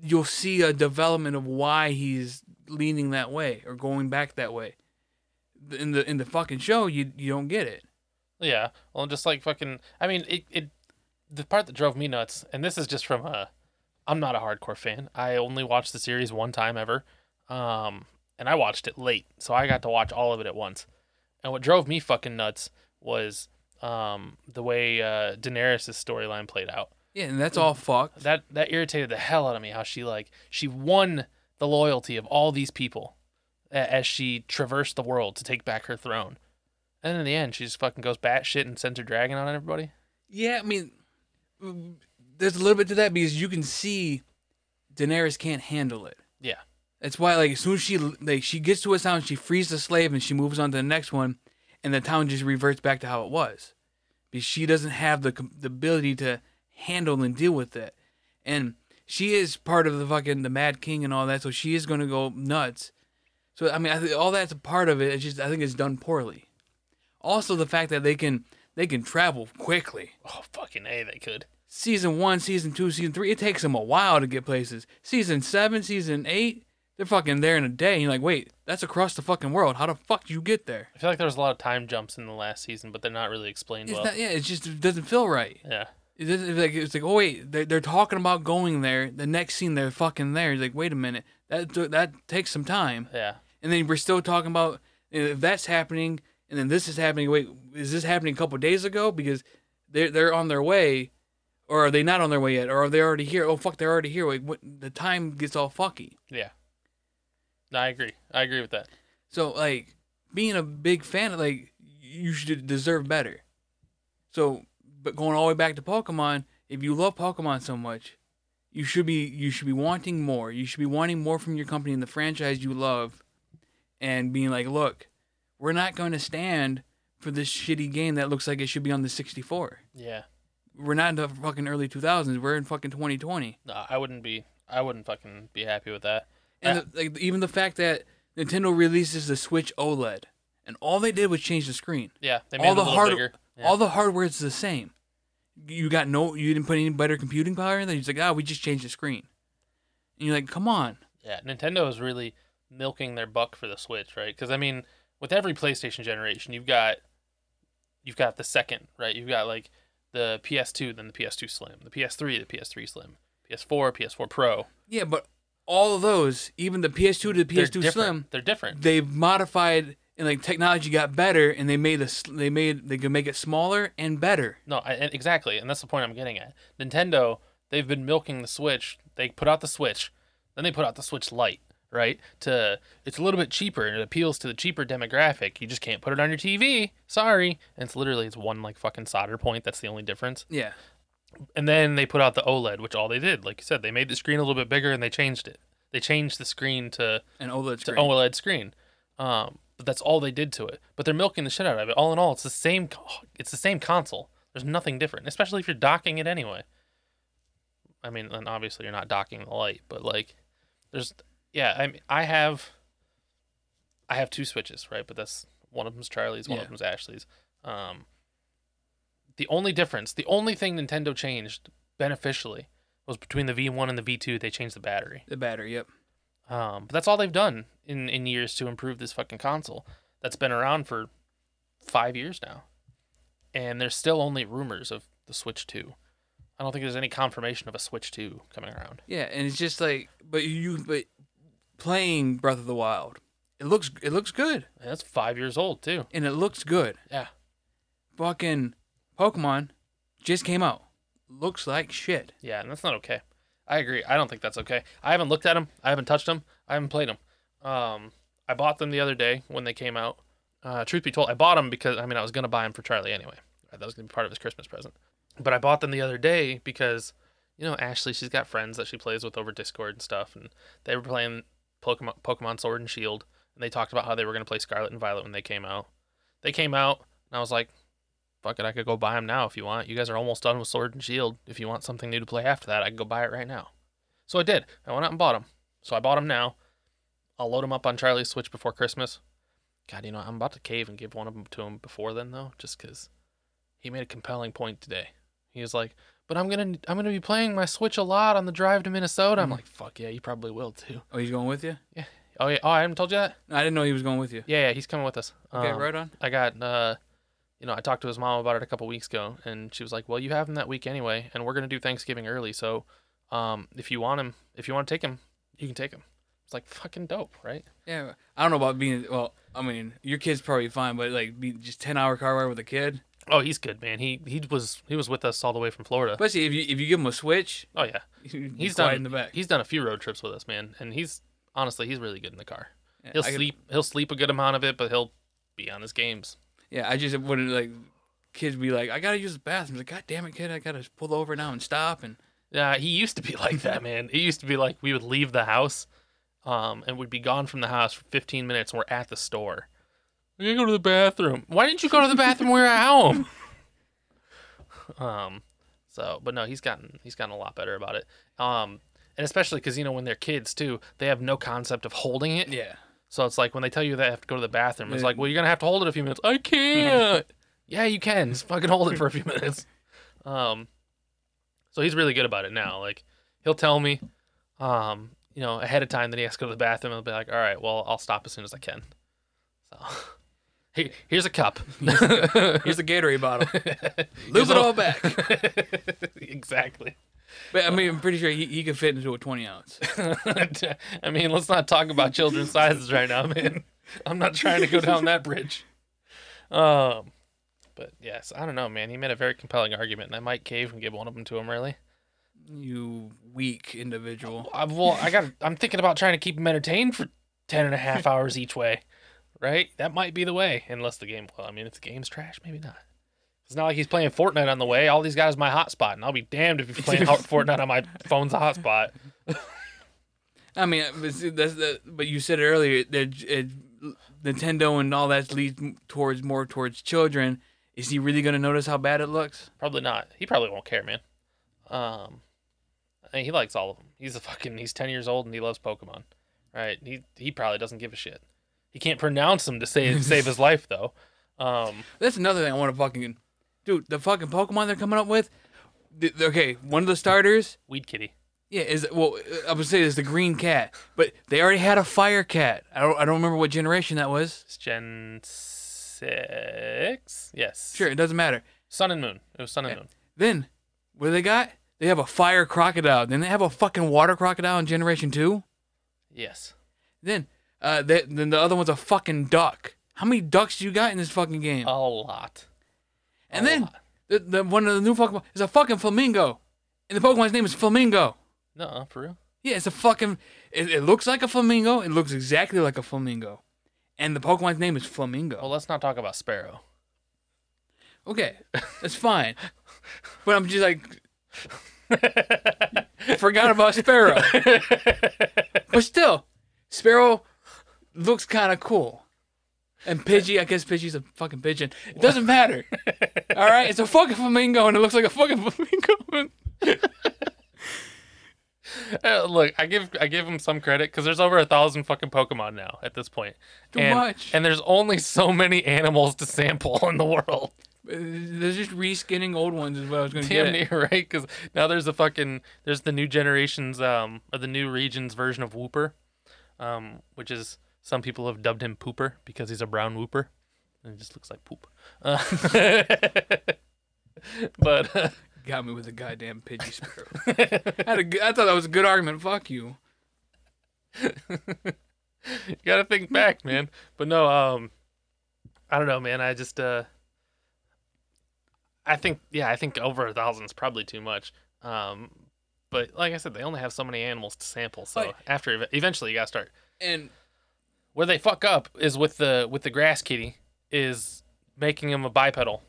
you'll see a development of why he's leaning that way or going back that way. In the in the fucking show, you you don't get it. Yeah. Well, just like fucking. I mean, it, it. The part that drove me nuts, and this is just from a. I'm not a hardcore fan. I only watched the series one time ever, um, and I watched it late, so I got to watch all of it at once. And what drove me fucking nuts was um, the way uh, Daenerys' storyline played out. Yeah, and that's all fucked. That that irritated the hell out of me. How she like she won the loyalty of all these people a- as she traversed the world to take back her throne, and in the end, she just fucking goes batshit and sends her dragon on everybody. Yeah, I mean, mm, there's a little bit to that because you can see Daenerys can't handle it. Yeah. That's why, like, as soon as she like she gets to a town, she frees the slave and she moves on to the next one, and the town just reverts back to how it was, because she doesn't have the com- the ability to handle and deal with it, and she is part of the fucking the Mad King and all that, so she is gonna go nuts. So I mean, I th- all that's a part of it. It's just I think it's done poorly. Also, the fact that they can they can travel quickly Oh fucking a, they could. season one, season two, season three, it takes them a while to get places. Season seven, season eight, they're fucking there in a day. And you're like, wait, that's across the fucking world. How the fuck do you get there? I feel like there was a lot of time jumps in the last season, but they're not really explained It's well. not, yeah, it just it doesn't feel right. yeah, It doesn't, it's like it's like, oh wait, they're, they're talking about going there. The next scene, they're fucking there. It's like, wait a minute, that that takes some time. yeah. And then we're still talking about if that's happening, and then this is happening. Wait, is this happening a couple days ago? Because they're they're on their way, or are they not on their way yet? Or are they already here? Oh fuck, they're already here. Like what, the time gets all fucky. No, I agree. I agree with that. So like being a big fan of like you should deserve better. So but going all the way back to Pokemon, if you love Pokemon so much, you should be you should be wanting more. You should be wanting more from your company and the franchise you love and being like, "Look, we're not going to stand for this shitty game that looks like it should be on the 64. Yeah. We're not in the fucking early 2000s. We're in fucking 2020." No, I wouldn't be. I wouldn't fucking be happy with that. And the, like even the fact that Nintendo releases the Switch OLED, and all they did was change the screen. Yeah, they made all it a the little hard, bigger. Yeah. all the hardware is the same. You got no, you didn't put any better computing power in there. He's like, ah, we just changed the screen. And you're like, come on. Yeah, Nintendo is really milking their buck for the Switch, right? Because I mean, with every PlayStation generation, you've got you've got the second, right? You've got like the PS2, then the PS2 Slim, the PS3, the PS3 Slim, PS4, PS4 Pro. Yeah, but all of those, even the PS2 to the They're PS2 different. Slim, They're different. they modified and like technology got better, and they made a, sl- they made they could make it smaller and better. No, I, and- exactly, and that's the point I'm getting at. Nintendo, they've been milking the Switch. They put out the Switch, then they put out the Switch Lite, right? To it's a little bit cheaper and it appeals to the cheaper demographic. You just can't put it on your TV. Sorry, and it's literally it's one like fucking solder point. That's the only difference. Yeah, And then they put out the OLED, which all they did, like you said, they made the screen a little bit bigger and they changed it. They changed the screen to an OLED to screen. OLED screen. Um, but that's all they did to it. But they're milking the shit out of it. All in all, it's the same. co- It's the same console. There's nothing different, especially if you're docking it anyway. I mean, and obviously you're not docking the light, but like, there's yeah. I mean, I have, I have two switches, right? But that's one of them's Charlie's, one of Yeah. them's Ashley's. Um, the only difference, the only thing Nintendo changed beneficially was between the V1 and the V2. They changed the battery. the battery, yep. Um, but that's all they've done in, in years to improve this fucking console that's been around for five years now. And there's still only rumors of the Switch 2. I don't think there's any confirmation of a Switch 2 coming around. Yeah, and it's just like, but you, but playing Breath of the Wild, it looks it looks good, And that's five years old, too. and it looks good. Yeah. Fucking Pokemon just came out, looks like shit. Yeah, and that's not okay. I agree. I don't think that's okay. I haven't looked at them. I haven't touched them. I haven't played them. Um, I bought them the other day when they came out. Uh, truth be told, I bought them because I mean I was gonna buy them for Charlie anyway. That was gonna be part of his Christmas present. But I bought them the other day because, you know, Ashley, she's got friends that she plays with over Discord and stuff, and they were playing Pokemon, Pokemon Sword and Shield, and they talked about how they were going to play Scarlet and Violet when they came out. They came out, and I was like, fuck it, I could go buy them now if you want. You guys are almost done with Sword and Shield. If you want something new to play after that, I could go buy it right now. So I did. I went out and bought them. So I bought them now. I'll load them up on Charlie's Switch before Christmas. God, you know, I'm about to cave and give one of them to him before then, though, just 'cause he made a compelling point today. He was like, "But I'm gonna I'm gonna be playing my Switch a lot on the drive to Minnesota." Mm-hmm. I'm like, "Fuck yeah, you probably will too." Oh, he's going with you? Oh yeah, oh I haven't told you that. No, I didn't know he was going with you. Yeah, yeah, he's coming with us. Okay, Um, right on. I got uh, you know, I talked to his mom about it a couple weeks ago, and she was like, "Well, you have him that week anyway, and we're gonna do Thanksgiving early, so um, if you want him, if you want to take him, you can take him." It's like fucking dope, right? Yeah, I don't know about being. Well, I mean, your kid's probably fine, but like, be just ten hour car ride with a kid, Oh, he's good, man. He he was he was with us all the way from Florida. especially if you if you give him a switch, oh yeah. he's he's quiet done in the back. He's done a few road trips with us, man, and he's honestly he's really good in the car. Yeah, He'll I could- sleep. He'll sleep a good amount of it, but he'll be on his games. yeah, I just wouldn't like kids be like, I gotta use the bathroom. Like, God damn it, kid, I gotta pull over now and stop. And Yeah, he used to be like that, man. It used to be like we would leave the house, um, and we'd be gone from the house for 15 minutes. and We're at the store. We gotta go to the bathroom. Why didn't you go to the bathroom? when we were at home. um, so, but no, he's gotten he's gotten a lot better about it. Um, and especially because you know when they're kids too, they have no concept of holding it. yeah, So it's like when they tell you they have to go to the bathroom, it's Yeah. like, well, you're gonna have to hold it a few minutes. I can't. yeah, you can. Just fucking hold it for a few minutes. Um, so he's really good about it now. Like he'll tell me, um, you know, ahead of time that he has to go to the bathroom. I'll be like, all right, well, I'll stop as soon as I can. So, Here- here's a cup. here's the Gatorade bottle. Here's Lose it a- all back. exactly. But I mean, I'm pretty sure he, he could fit into a twenty ounce. I mean, let's not talk about children's sizes right now, man. I'm not trying to go down that bridge. Um, but yes, I don't know, man. He made a very compelling argument, and I might cave and give one of them to him. Really, You weak individual. I, well, I got. I'm thinking about trying to keep him entertained for ten and a half hours each way. Right, that might be the way, unless the game. Well, I mean, if the game's trash, maybe not. It's not like he's playing Fortnite on the way. All he's got is my hotspot, and I'll be damned if he's playing hot- Fortnite on my phone's hotspot. I mean, uh, but, see, that's the, but you said earlier that it, Nintendo and all that leads towards more towards children. Is he really gonna notice how bad it looks? Probably not. He probably won't care, man. Um, I mean, he likes all of them. He's a fucking. He's ten years old and he loves Pokemon, right? He he probably doesn't give a shit. He can't pronounce them to save save his life though. Um, That's another thing I want to fucking, dude. The fucking Pokemon they're coming up with. th- okay, one of the starters. Weed Kitty. Yeah, is well, uh, I would say is the green cat, but they already had a fire cat. I don't, I don't remember what generation that was. It's Gen six. Yes. Sure, it doesn't matter. Sun and Moon. It was Sun and Moon. Then what do they got? They have a fire crocodile. Then they have a fucking water crocodile in generation two. Yes. Then, uh, th then the other one's a fucking duck. How many ducks do you got in this fucking game? A lot. and then the, the one of the new Pokemon is a fucking flamingo, and the Pokemon's name is Flamingo. No, for real. Yeah, it's a fucking. It, it looks like a flamingo. It looks exactly like a flamingo, and the Pokemon's name is Well, Flamingo. let's not talk about Sparrow. Okay, that's fine, but I'm just like. Forgot about Sparrow, but still, Sparrow looks kind of cool. And Pidgey, I guess Pidgey's a fucking pigeon. It doesn't matter. All right, it's a fucking flamingo, and it looks like a fucking flamingo. Uh, look, I give I give him some credit because there's over a thousand fucking Pokemon now at this point. Too and, much. And there's only so many animals to sample in the world. They're just reskinning old ones, is what I was gonna get. Damn at. near right, because now there's a fucking there's the new generations um or the new regions version of Whooper, um which is some people have dubbed him Pooper because he's a brown Whooper, and it just looks like poop. Uh, but uh, Got me with a goddamn Pidgey Sparrow. I, had a g- I thought that was a good argument. Fuck you. you gotta think back, man. But no, um, I don't know, man. I just, uh, I think, yeah, I think over a thousand's probably too much. Um, but like I said, they only have so many animals to sample, so Like- after ev- eventually you gotta start. And Where they fuck up is with the with the grass kitty is making him a bipedal.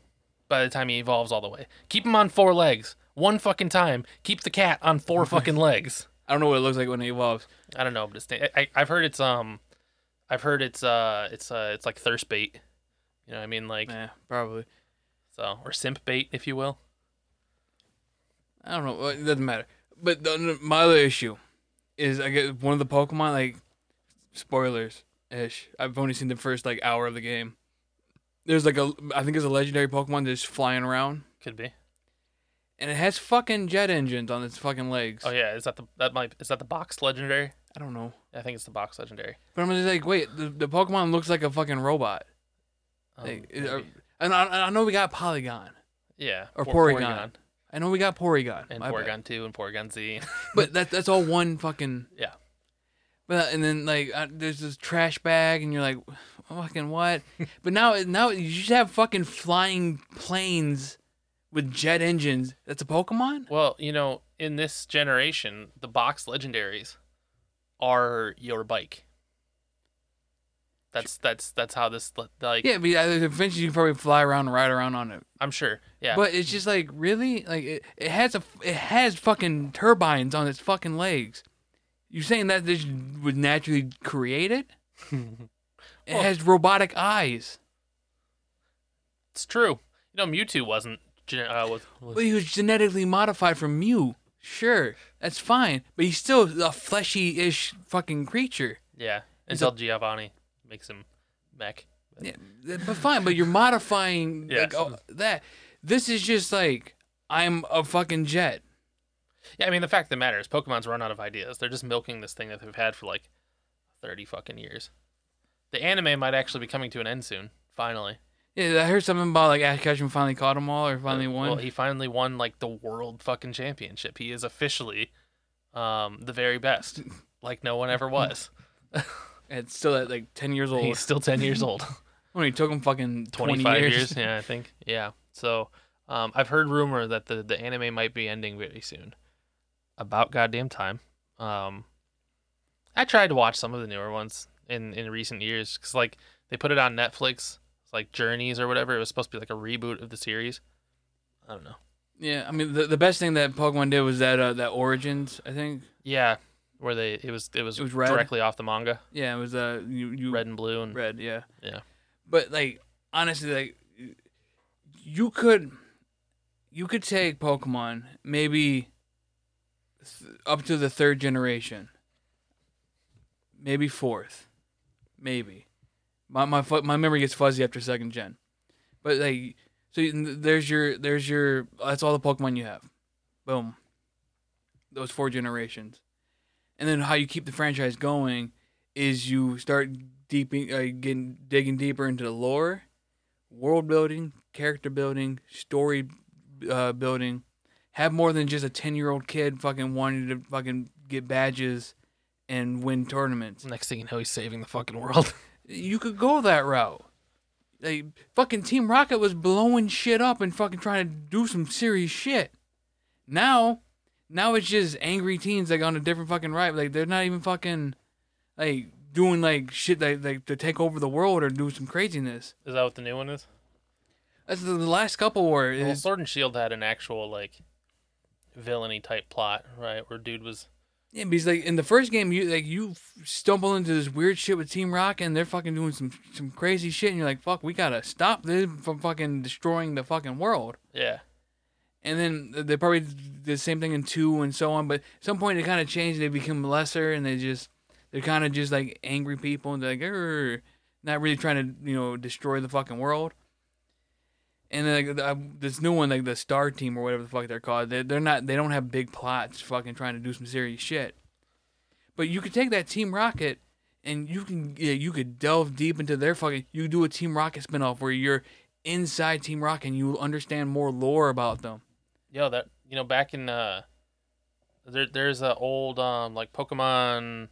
by the time he evolves all the way. Keep him on four legs. One fucking time. Keep the cat on four fucking legs. I don't know what it looks like when it evolves. I don't know, but it's I, I- I've heard it's um I've heard it's uh it's uh it's like thirst bait. You know what I mean? Like Yeah, probably. so or simp bait, if you will. I don't know. well, It doesn't matter. But the, my other issue is I guess one of the Pokemon like spoilers ish. I've only seen the first like hour of the game. There's like a I think it's a legendary Pokemon that's flying around Could be. and it has fucking jet engines on its fucking legs. Oh yeah, is that the that might is that the box legendary? I don't know. I think it's the box legendary. But I'm just like, wait, the, the Pokemon looks like a fucking robot. Um, Like, it- maybe. uh, and I, and I know we got Polygon. yeah, or Porygon. I know we got Porygon. and my bad. Porygon two and Porygon Z. But that that's all one fucking. Yeah. But and then like uh, there's this trash bag and you're like, fucking what? but now now you just have fucking flying planes with jet engines. That's a Pokemon. well, you know, in this generation, the box legendaries are your bike. That's that's that's how this le- like Yeah, but yeah, eventually you can probably fly around and ride around on it. I'm sure. Yeah. But it's just like really like it, it has a it has fucking turbines on its fucking legs. You saying that this was naturally created? it Well- has robotic eyes. It's true. You know, Mewtwo wasn't. gen- Uh, was, was- Well, he was genetically modified from Mew. Sure, that's fine, but he's still a fleshy-ish fucking creature. yeah, he's until Giovanni makes him mech. Yeah, but fine, but you're modifying like, Yes. oh, that. This is just like I'm a fucking jet. Yeah, I mean, the fact of the matter is, Pokemon's run out of ideas. They're just milking this thing that they've had for like 30 fucking years. The anime might actually be coming to an end soon, finally. Yeah, I heard something about like Ash Ketchum finally caught them all or finally Uh, won. Well, he finally won like the world fucking championship. He is officially um, the very best, like no one ever was. it's still at like ten years old. He's still 10 years old. Only took him fucking 20 25 years. years. yeah i think yeah so um, i've heard rumor that the, the anime might be ending very soon about goddamn time um, i tried to watch some of the newer ones in, in recent years because like they put it on netflix it's like journeys or whatever it was supposed to be like a reboot of the series i don't know Yeah, I mean the, the best thing that Pokemon did was that uh, that Origins. I think yeah where they it was it was, It was red? directly off the manga yeah, it was uh you you red and blue and Red, yeah. Yeah. But like honestly, like you could you could take Pokemon maybe th- up to the third generation, maybe fourth, maybe. My my fu- my memory gets fuzzy after second gen, but like so you- there's your there's your that's all the Pokemon you have, boom. Those four generations, and then how you keep the franchise going is you start deeping, uh, getting digging deeper into the lore, world building, character building, story uh, building. Have more than just a ten year old kid fucking wanting to fucking get badges and win tournaments. next thing you know he's saving the fucking world You could go that route. Like fucking Team Rocket was blowing shit up and fucking trying to do some serious shit. Now, now it's just angry teens like on a different fucking ride. Like they're not even fucking like doing like shit like like to take over the world or do some craziness. is that what the new one is That's the, the last couple were. Well, is- Sword and Shield had an actual like villainy type plot, right? Where dude was Yeah, because like in the first game, you like you f- stumble into this weird shit with Team Rocket, and they're fucking doing some some crazy shit, and you're like, fuck, we gotta stop them from fucking destroying the fucking world. yeah, and then they probably did the same thing in two and so on. But at some point they kind of changed. They become lesser, and they just they're kind of just like angry people, and they're like, "Err," not really trying to you know destroy the fucking world. And then like, the- uh, this new one, like the Star Team or whatever the fuck they're called, they they're not they don't have big plots, fucking trying to do some serious shit. But you could take that Team Rocket. And you can yeah, you could delve deep into their fucking. You do a Team Rocket spinoff where you're inside Team Rocket and you understand more lore about them. yo that you know back in uh there there's a old um like Pokemon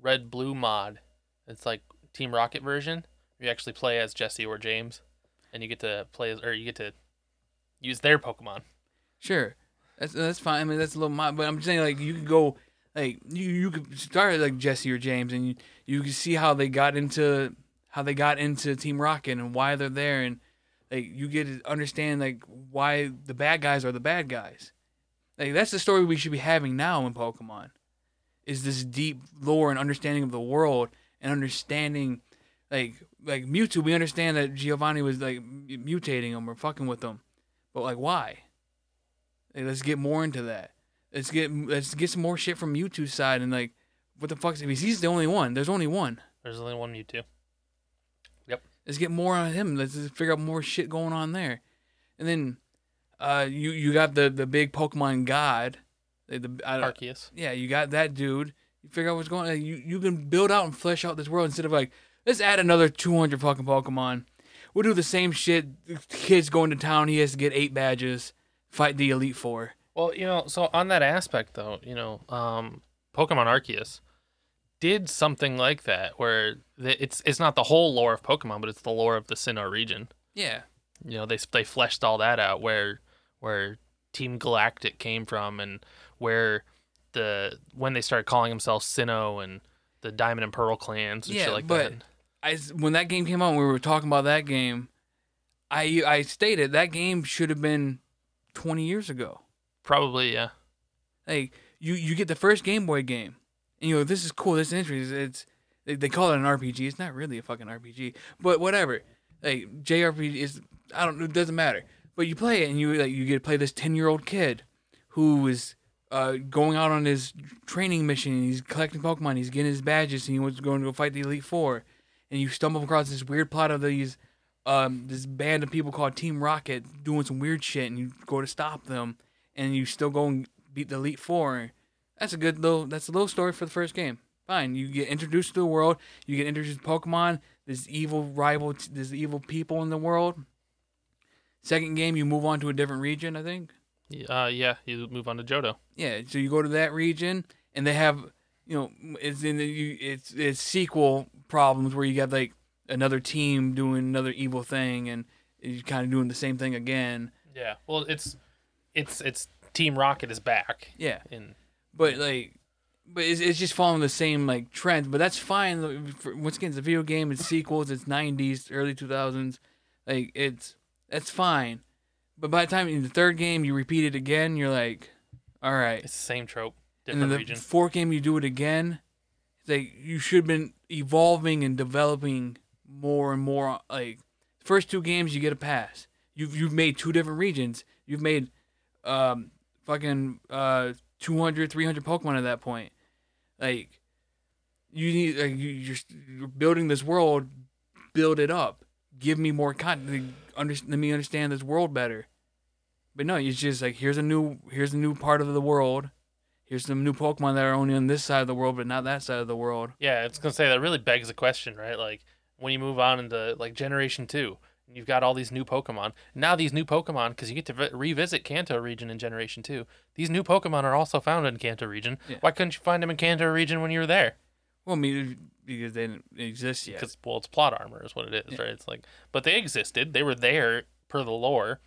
Red Blue mod. It's like Team Rocket version. You actually play as Jesse or James, and you get to play as, or you get to use their Pokemon. Sure, that's that's fine. I mean, that's a little mod, but I'm just saying like you could go like you you could start like Jesse or James, and you you could see how they got into how they got into Team Rocket and why they're there, and like, Like you get to understand like why the bad guys are the bad guys. Like that's the story we should be having now in Pokemon. Is this deep lore and understanding of the world and understanding like like Mewtwo, we understand that Giovanni was like m- mutating him or fucking with him. But like why? Like, let's get more into that. Let's get let's get some more shit from Mewtwo's side and like what the fuck's because he's the only one. There's only one. There's only one Mewtwo. Let's get more on him. Let's just figure out more shit going on there. And then uh you you got the the big Pokemon god. The, the, I don't- Arceus. yeah, you got that dude. You figure out what's going on. You you can build out and flesh out this world instead of like let's add another 200 fucking Pokemon. We'll do the same shit. The kid's going to town. He has to get eight badges. Fight the elite four. Well, you know, so on that aspect though, you know, um, Pokemon Arceus did something like that where the, it's it's not the whole lore of Pokemon, but it's the lore of the Sinnoh region. Yeah, You know, they they fleshed all that out where where Team Galactic came from and where the when they started calling themselves Sinnoh and the Diamond and Pearl clans and Yeah, shit like but- that. I s- when that game came out, and we were talking about that game. I I stated that game should have been 20 years ago. Probably, yeah. Like you you get the first Game Boy game, and you go, this is cool. This is interesting. It's they, they call it an RPG. It's not really a fucking RPG, but whatever. Like JRPG is I don't know. It doesn't matter. But you play it, and you like you get to play this 10 year old kid who is uh, going out on his training mission. And he's collecting Pokemon. He's getting his badges, and he was going to go fight the Elite Four. And you stumble across this weird plot of these, um, this band of people called Team Rocket doing some weird shit, and you go to stop them, and you still go and beat the Elite Four. That's a good little. That's a little story for the first game. Fine, you get introduced to the world. You get introduced to Pokemon. This evil rival. This evil people in the world. Second game, you move on to a different region. I think. Y- Uh, yeah, you move on to Johto. Yeah, so you go to that region, and they have, you know, it's in the you, it's it's sequel problems where you have like another team doing another evil thing, and you're kind of doing the same thing again. Yeah. Well, it's it's it's Team Rocket is back Yeah, in but like, but it's, it's just following the same like trend. But that's fine. like, For, once again, it's a video game. It's sequels. It's '90s, early 2000s. Like it's that's fine. But by the time in the third game you repeat it again, you're like, all right. It's the same trope, and different then the region. fourth game you do it again. It's like you should have been evolving and developing more and more. Like first two games you get a pass. You've you've made two different regions. You've made um fucking uh 200 300 Pokemon at that point. Like you need like you, you're you're building this world. Build it up. Give me more content. Under, let me understand this world better. But no, it's just like here's a new here's a new part of the world here's some new Pokemon that are only on this side of the world, but not that side of the world. yeah, it's gonna say that really begs the question, right? Like when you move on into like Generation Two, you've got all these new Pokemon. Now these new Pokemon, because you get to vi- revisit Kanto region in Generation Two, these new Pokemon are also found in Kanto region. Yeah. Why couldn't you find them in Kanto region when you were there? Well, I mean, because they didn't exist yet. Because well, it's plot armor is what it is, Yeah. right? It's like, but they existed. They were there per the lore.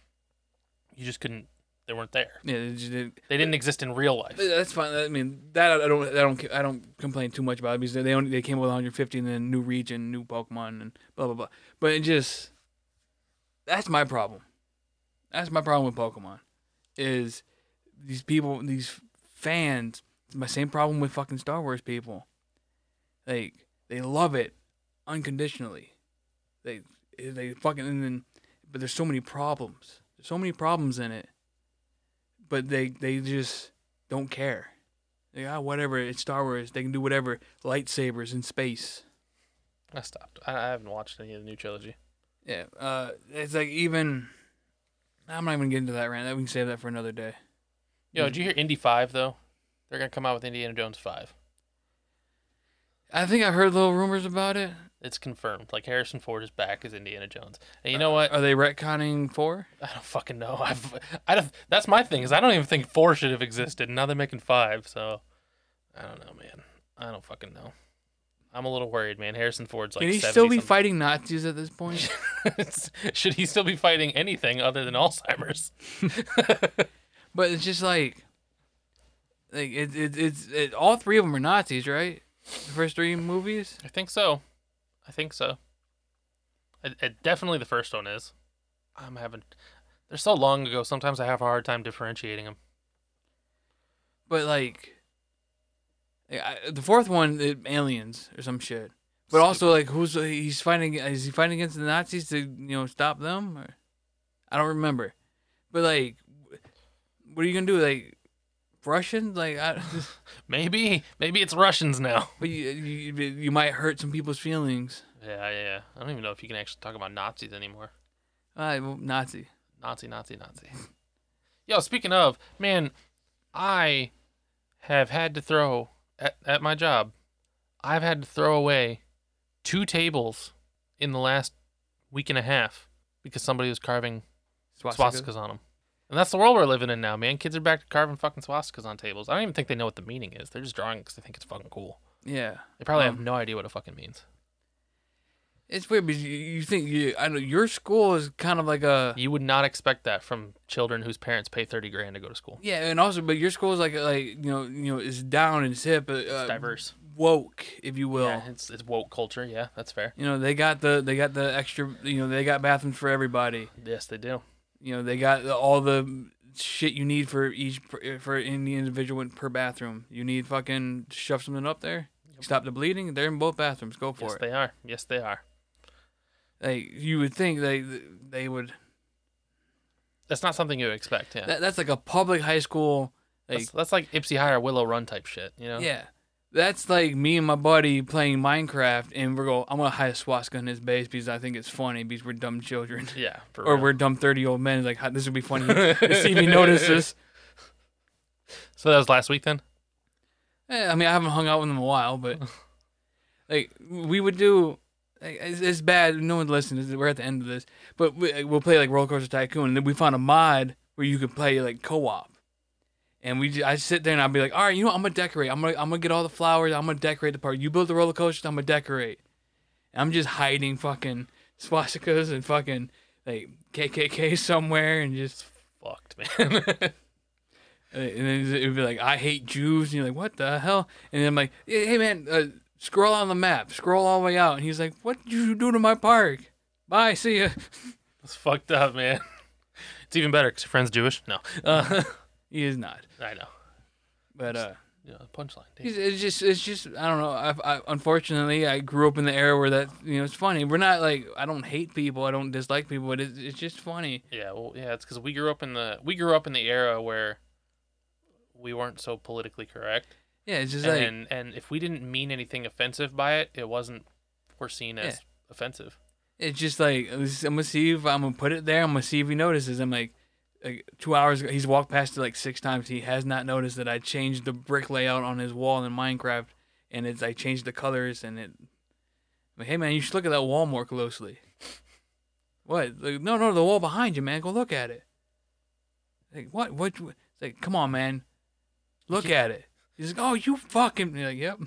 You just couldn't. They weren't there. Yeah, they just didn't- They didn't exist in real life. but that's fine. I mean, that I don't, I don't, ca- I don't complain too much about it because they only they came up with 150 and then new region, new Pokemon, and blah blah blah. But it just that's my problem. That's my problem with Pokemon is these people, these fans. It's my same problem with fucking Star Wars people. Like they love it unconditionally. They they fucking and then, but there's so many problems. There's so many problems in it. But they they just don't care. They ah whatever. It's Star Wars. They can do whatever. Lightsabers in space. I stopped. I, I haven't watched any of the new trilogy. Yeah. Uh, it's like even. I'm not even gonna get into that rant. We can save that for another day. Mm. Yo, did you hear Indy Five though? They're gonna come out with Indiana Jones Five. I think I heard little rumors about it. It's confirmed. Like Harrison Ford is back as Indiana Jones. And you know what? Are they retconning four? I don't fucking know. I've, I don't. That's my thing is I don't even think four should have existed. and Now they're making five, so I don't know, man. I don't fucking know. I'm a little worried, man. Harrison Ford's like. can he 70 still be something. fighting Nazis at this point? should he still be fighting anything other than Alzheimer's? but it's just like, like it, it, it's it, all three of them are Nazis, right? The first three movies. I think so. I think so. I, I, definitely the first one is. I'm having. They're so long ago. Sometimes I have a hard time differentiating them. But like, I, I- the fourth one, the aliens or some shit. But also like, who's he's fighting? Is he fighting against the Nazis to you know stop them? Or? I don't remember. But like, what are you gonna do? Like, Russian? Like, I, Maybe, maybe it's Russians now. but you, you you might hurt some people's feelings. Yeah, yeah, yeah. I don't even know if you can actually talk about Nazis anymore. Uh, well, Nazi. Nazi, Nazi, Nazi. Yo, speaking of, man, I have had to throw at, at my job. I've had to throw away two tables in the last week and a half because somebody was carving Swastika. swastikas on them. And that's the world we're living in now, man. Kids are back to carving fucking swastikas on tables. I don't even think they know what the meaning is. They're just drawing because they think it's fucking cool. Yeah. They probably have Um, no idea what it fucking means. It's weird because you, you think you, I know your school is kind of like a You would not expect that from children whose parents pay thirty grand to go to school. yeah, and also but your school is like like you know you know is down and hip, uh, It's uh, diverse. woke if you will. yeah, it's it's woke culture. Yeah, that's fair. You know they got the they got the extra you know they got bathrooms for everybody. Yes, they do. You know they got the- all the shit you need for each for any individual per bathroom. You need fucking shove something up there. Stop the bleeding. They're in both bathrooms. Go for yes, it. they are. Yes, they are. like you would think they they would. That's not something you would expect. Yeah, That, that's like a public high school. Like that's, that's like Ipsy High or Willow Run type shit. You know. Yeah. That's like me and my buddy playing Minecraft, and we're going, I'm going to hide a swastika in his base because I think it's funny because we're dumb children. Yeah. For Or real. we're dumb 30 old men. Like, "Huh, this would be funny to see if he notices. So that was last week then. Eh, I mean, I haven't hung out with him in a while, but like, we would do. Like, it's, it's bad. No one listens. We're at the end of this. But we, we'll play like Roller Coaster Tycoon, and then we found a mod where you could play like co op. And we, I sit there and I'd be like, all right, you know, what? I'm gonna decorate. I'm gonna, I'm gonna get all the flowers. I'm gonna decorate the park. You build the roller coaster. I'm gonna decorate. And I'm just hiding fucking swastikas and fucking like KKK somewhere, and just Fucked man. Uh, and then it'd be like, I hate Jews. And you're like, what the hell? And then I'm like, hey, hey, man, uh, scroll on the map, scroll all the way out. And he's like, what did you do to my park? Bye, see ya. it's fucked up, man. It's even better because your friend's Jewish. No. Uh, He is not. I know. But uh, Yeah, punchline. damn. he's, it's just, it's just, I don't know. I, I, unfortunately, I grew up in the era where that, you know, it's funny. We're not like, I don't hate people, I don't dislike people, but it's, it's just funny. Yeah, well, yeah, it's because we grew up in the we grew up in the era where we weren't so politically correct, Yeah, it's just like, and and if we didn't mean anything offensive by it, it wasn't foreseen as Yeah. offensive. it's just like I'm gonna see if I'm gonna put it there. I'm gonna see if he notices. I'm like, like two hours ago, he's walked past it like six times. He has not noticed that I changed the brick layout on his wall in Minecraft, and it's I changed the colors and it. I'm like, hey man, you should look at that wall more closely. what? Like, no, no, the wall behind you, man. Go look at it. Like what? What? what? It's like, come on, man, look at it. He's like, oh, you fucking. You're like, yep.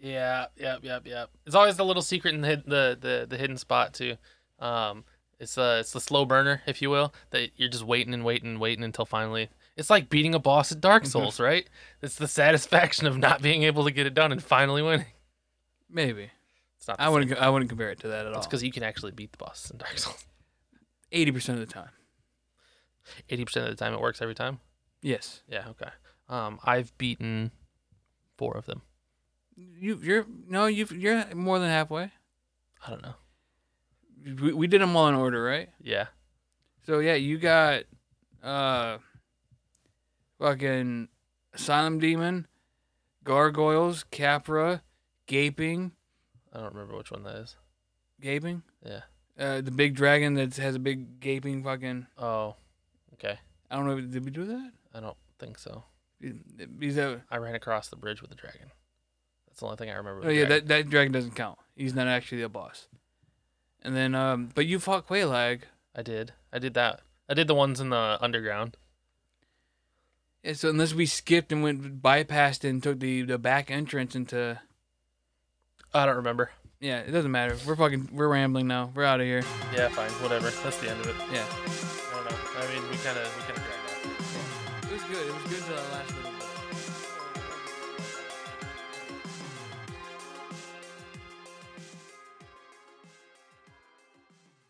Yeah, yep, yep, yep. It's always the little secret in the hid- the the, the hidden spot too. Um, it's uh, it's the slow burner, if you will, that you're just waiting and waiting and waiting until finally. It's like beating a boss at Dark Souls, right? It's the satisfaction of not being able to get it done and finally winning. Maybe It's not. The I wouldn't. co- I wouldn't compare it to that at all. because you can actually beat the boss in Dark Souls. eighty percent of the time. eighty percent of the time it works every time. Yes. Yeah, okay. Um, I've beaten four of them. You, you're no, you you're more than halfway. I don't know. We, we did them all in order, right? Yeah, So yeah, you got, uh, fucking Asylum Demon, Gargoyles, Capra, Gaping, I don't remember which one that is. Gaping. Yeah. Uh, the big dragon that has a big gaping fucking. Oh, okay. I don't know. Did we do that? I don't think so. He's a, I ran across the bridge with a dragon. That's the only thing I remember. oh with the yeah, dragon. that that dragon doesn't count. He's not actually a boss. And then um, but you fought Quaylag. I did. I did that. I did the ones in the underground. Yeah, so unless we skipped and went bypassed and took the, the back entrance into I don't remember. yeah, it doesn't matter. We're fucking we're rambling now. We're out of here. Yeah, fine, whatever. That's the end of it. Yeah. I don't know. I mean, we kind of we kind of dragged out. It was good. It was good to uh, last little bit.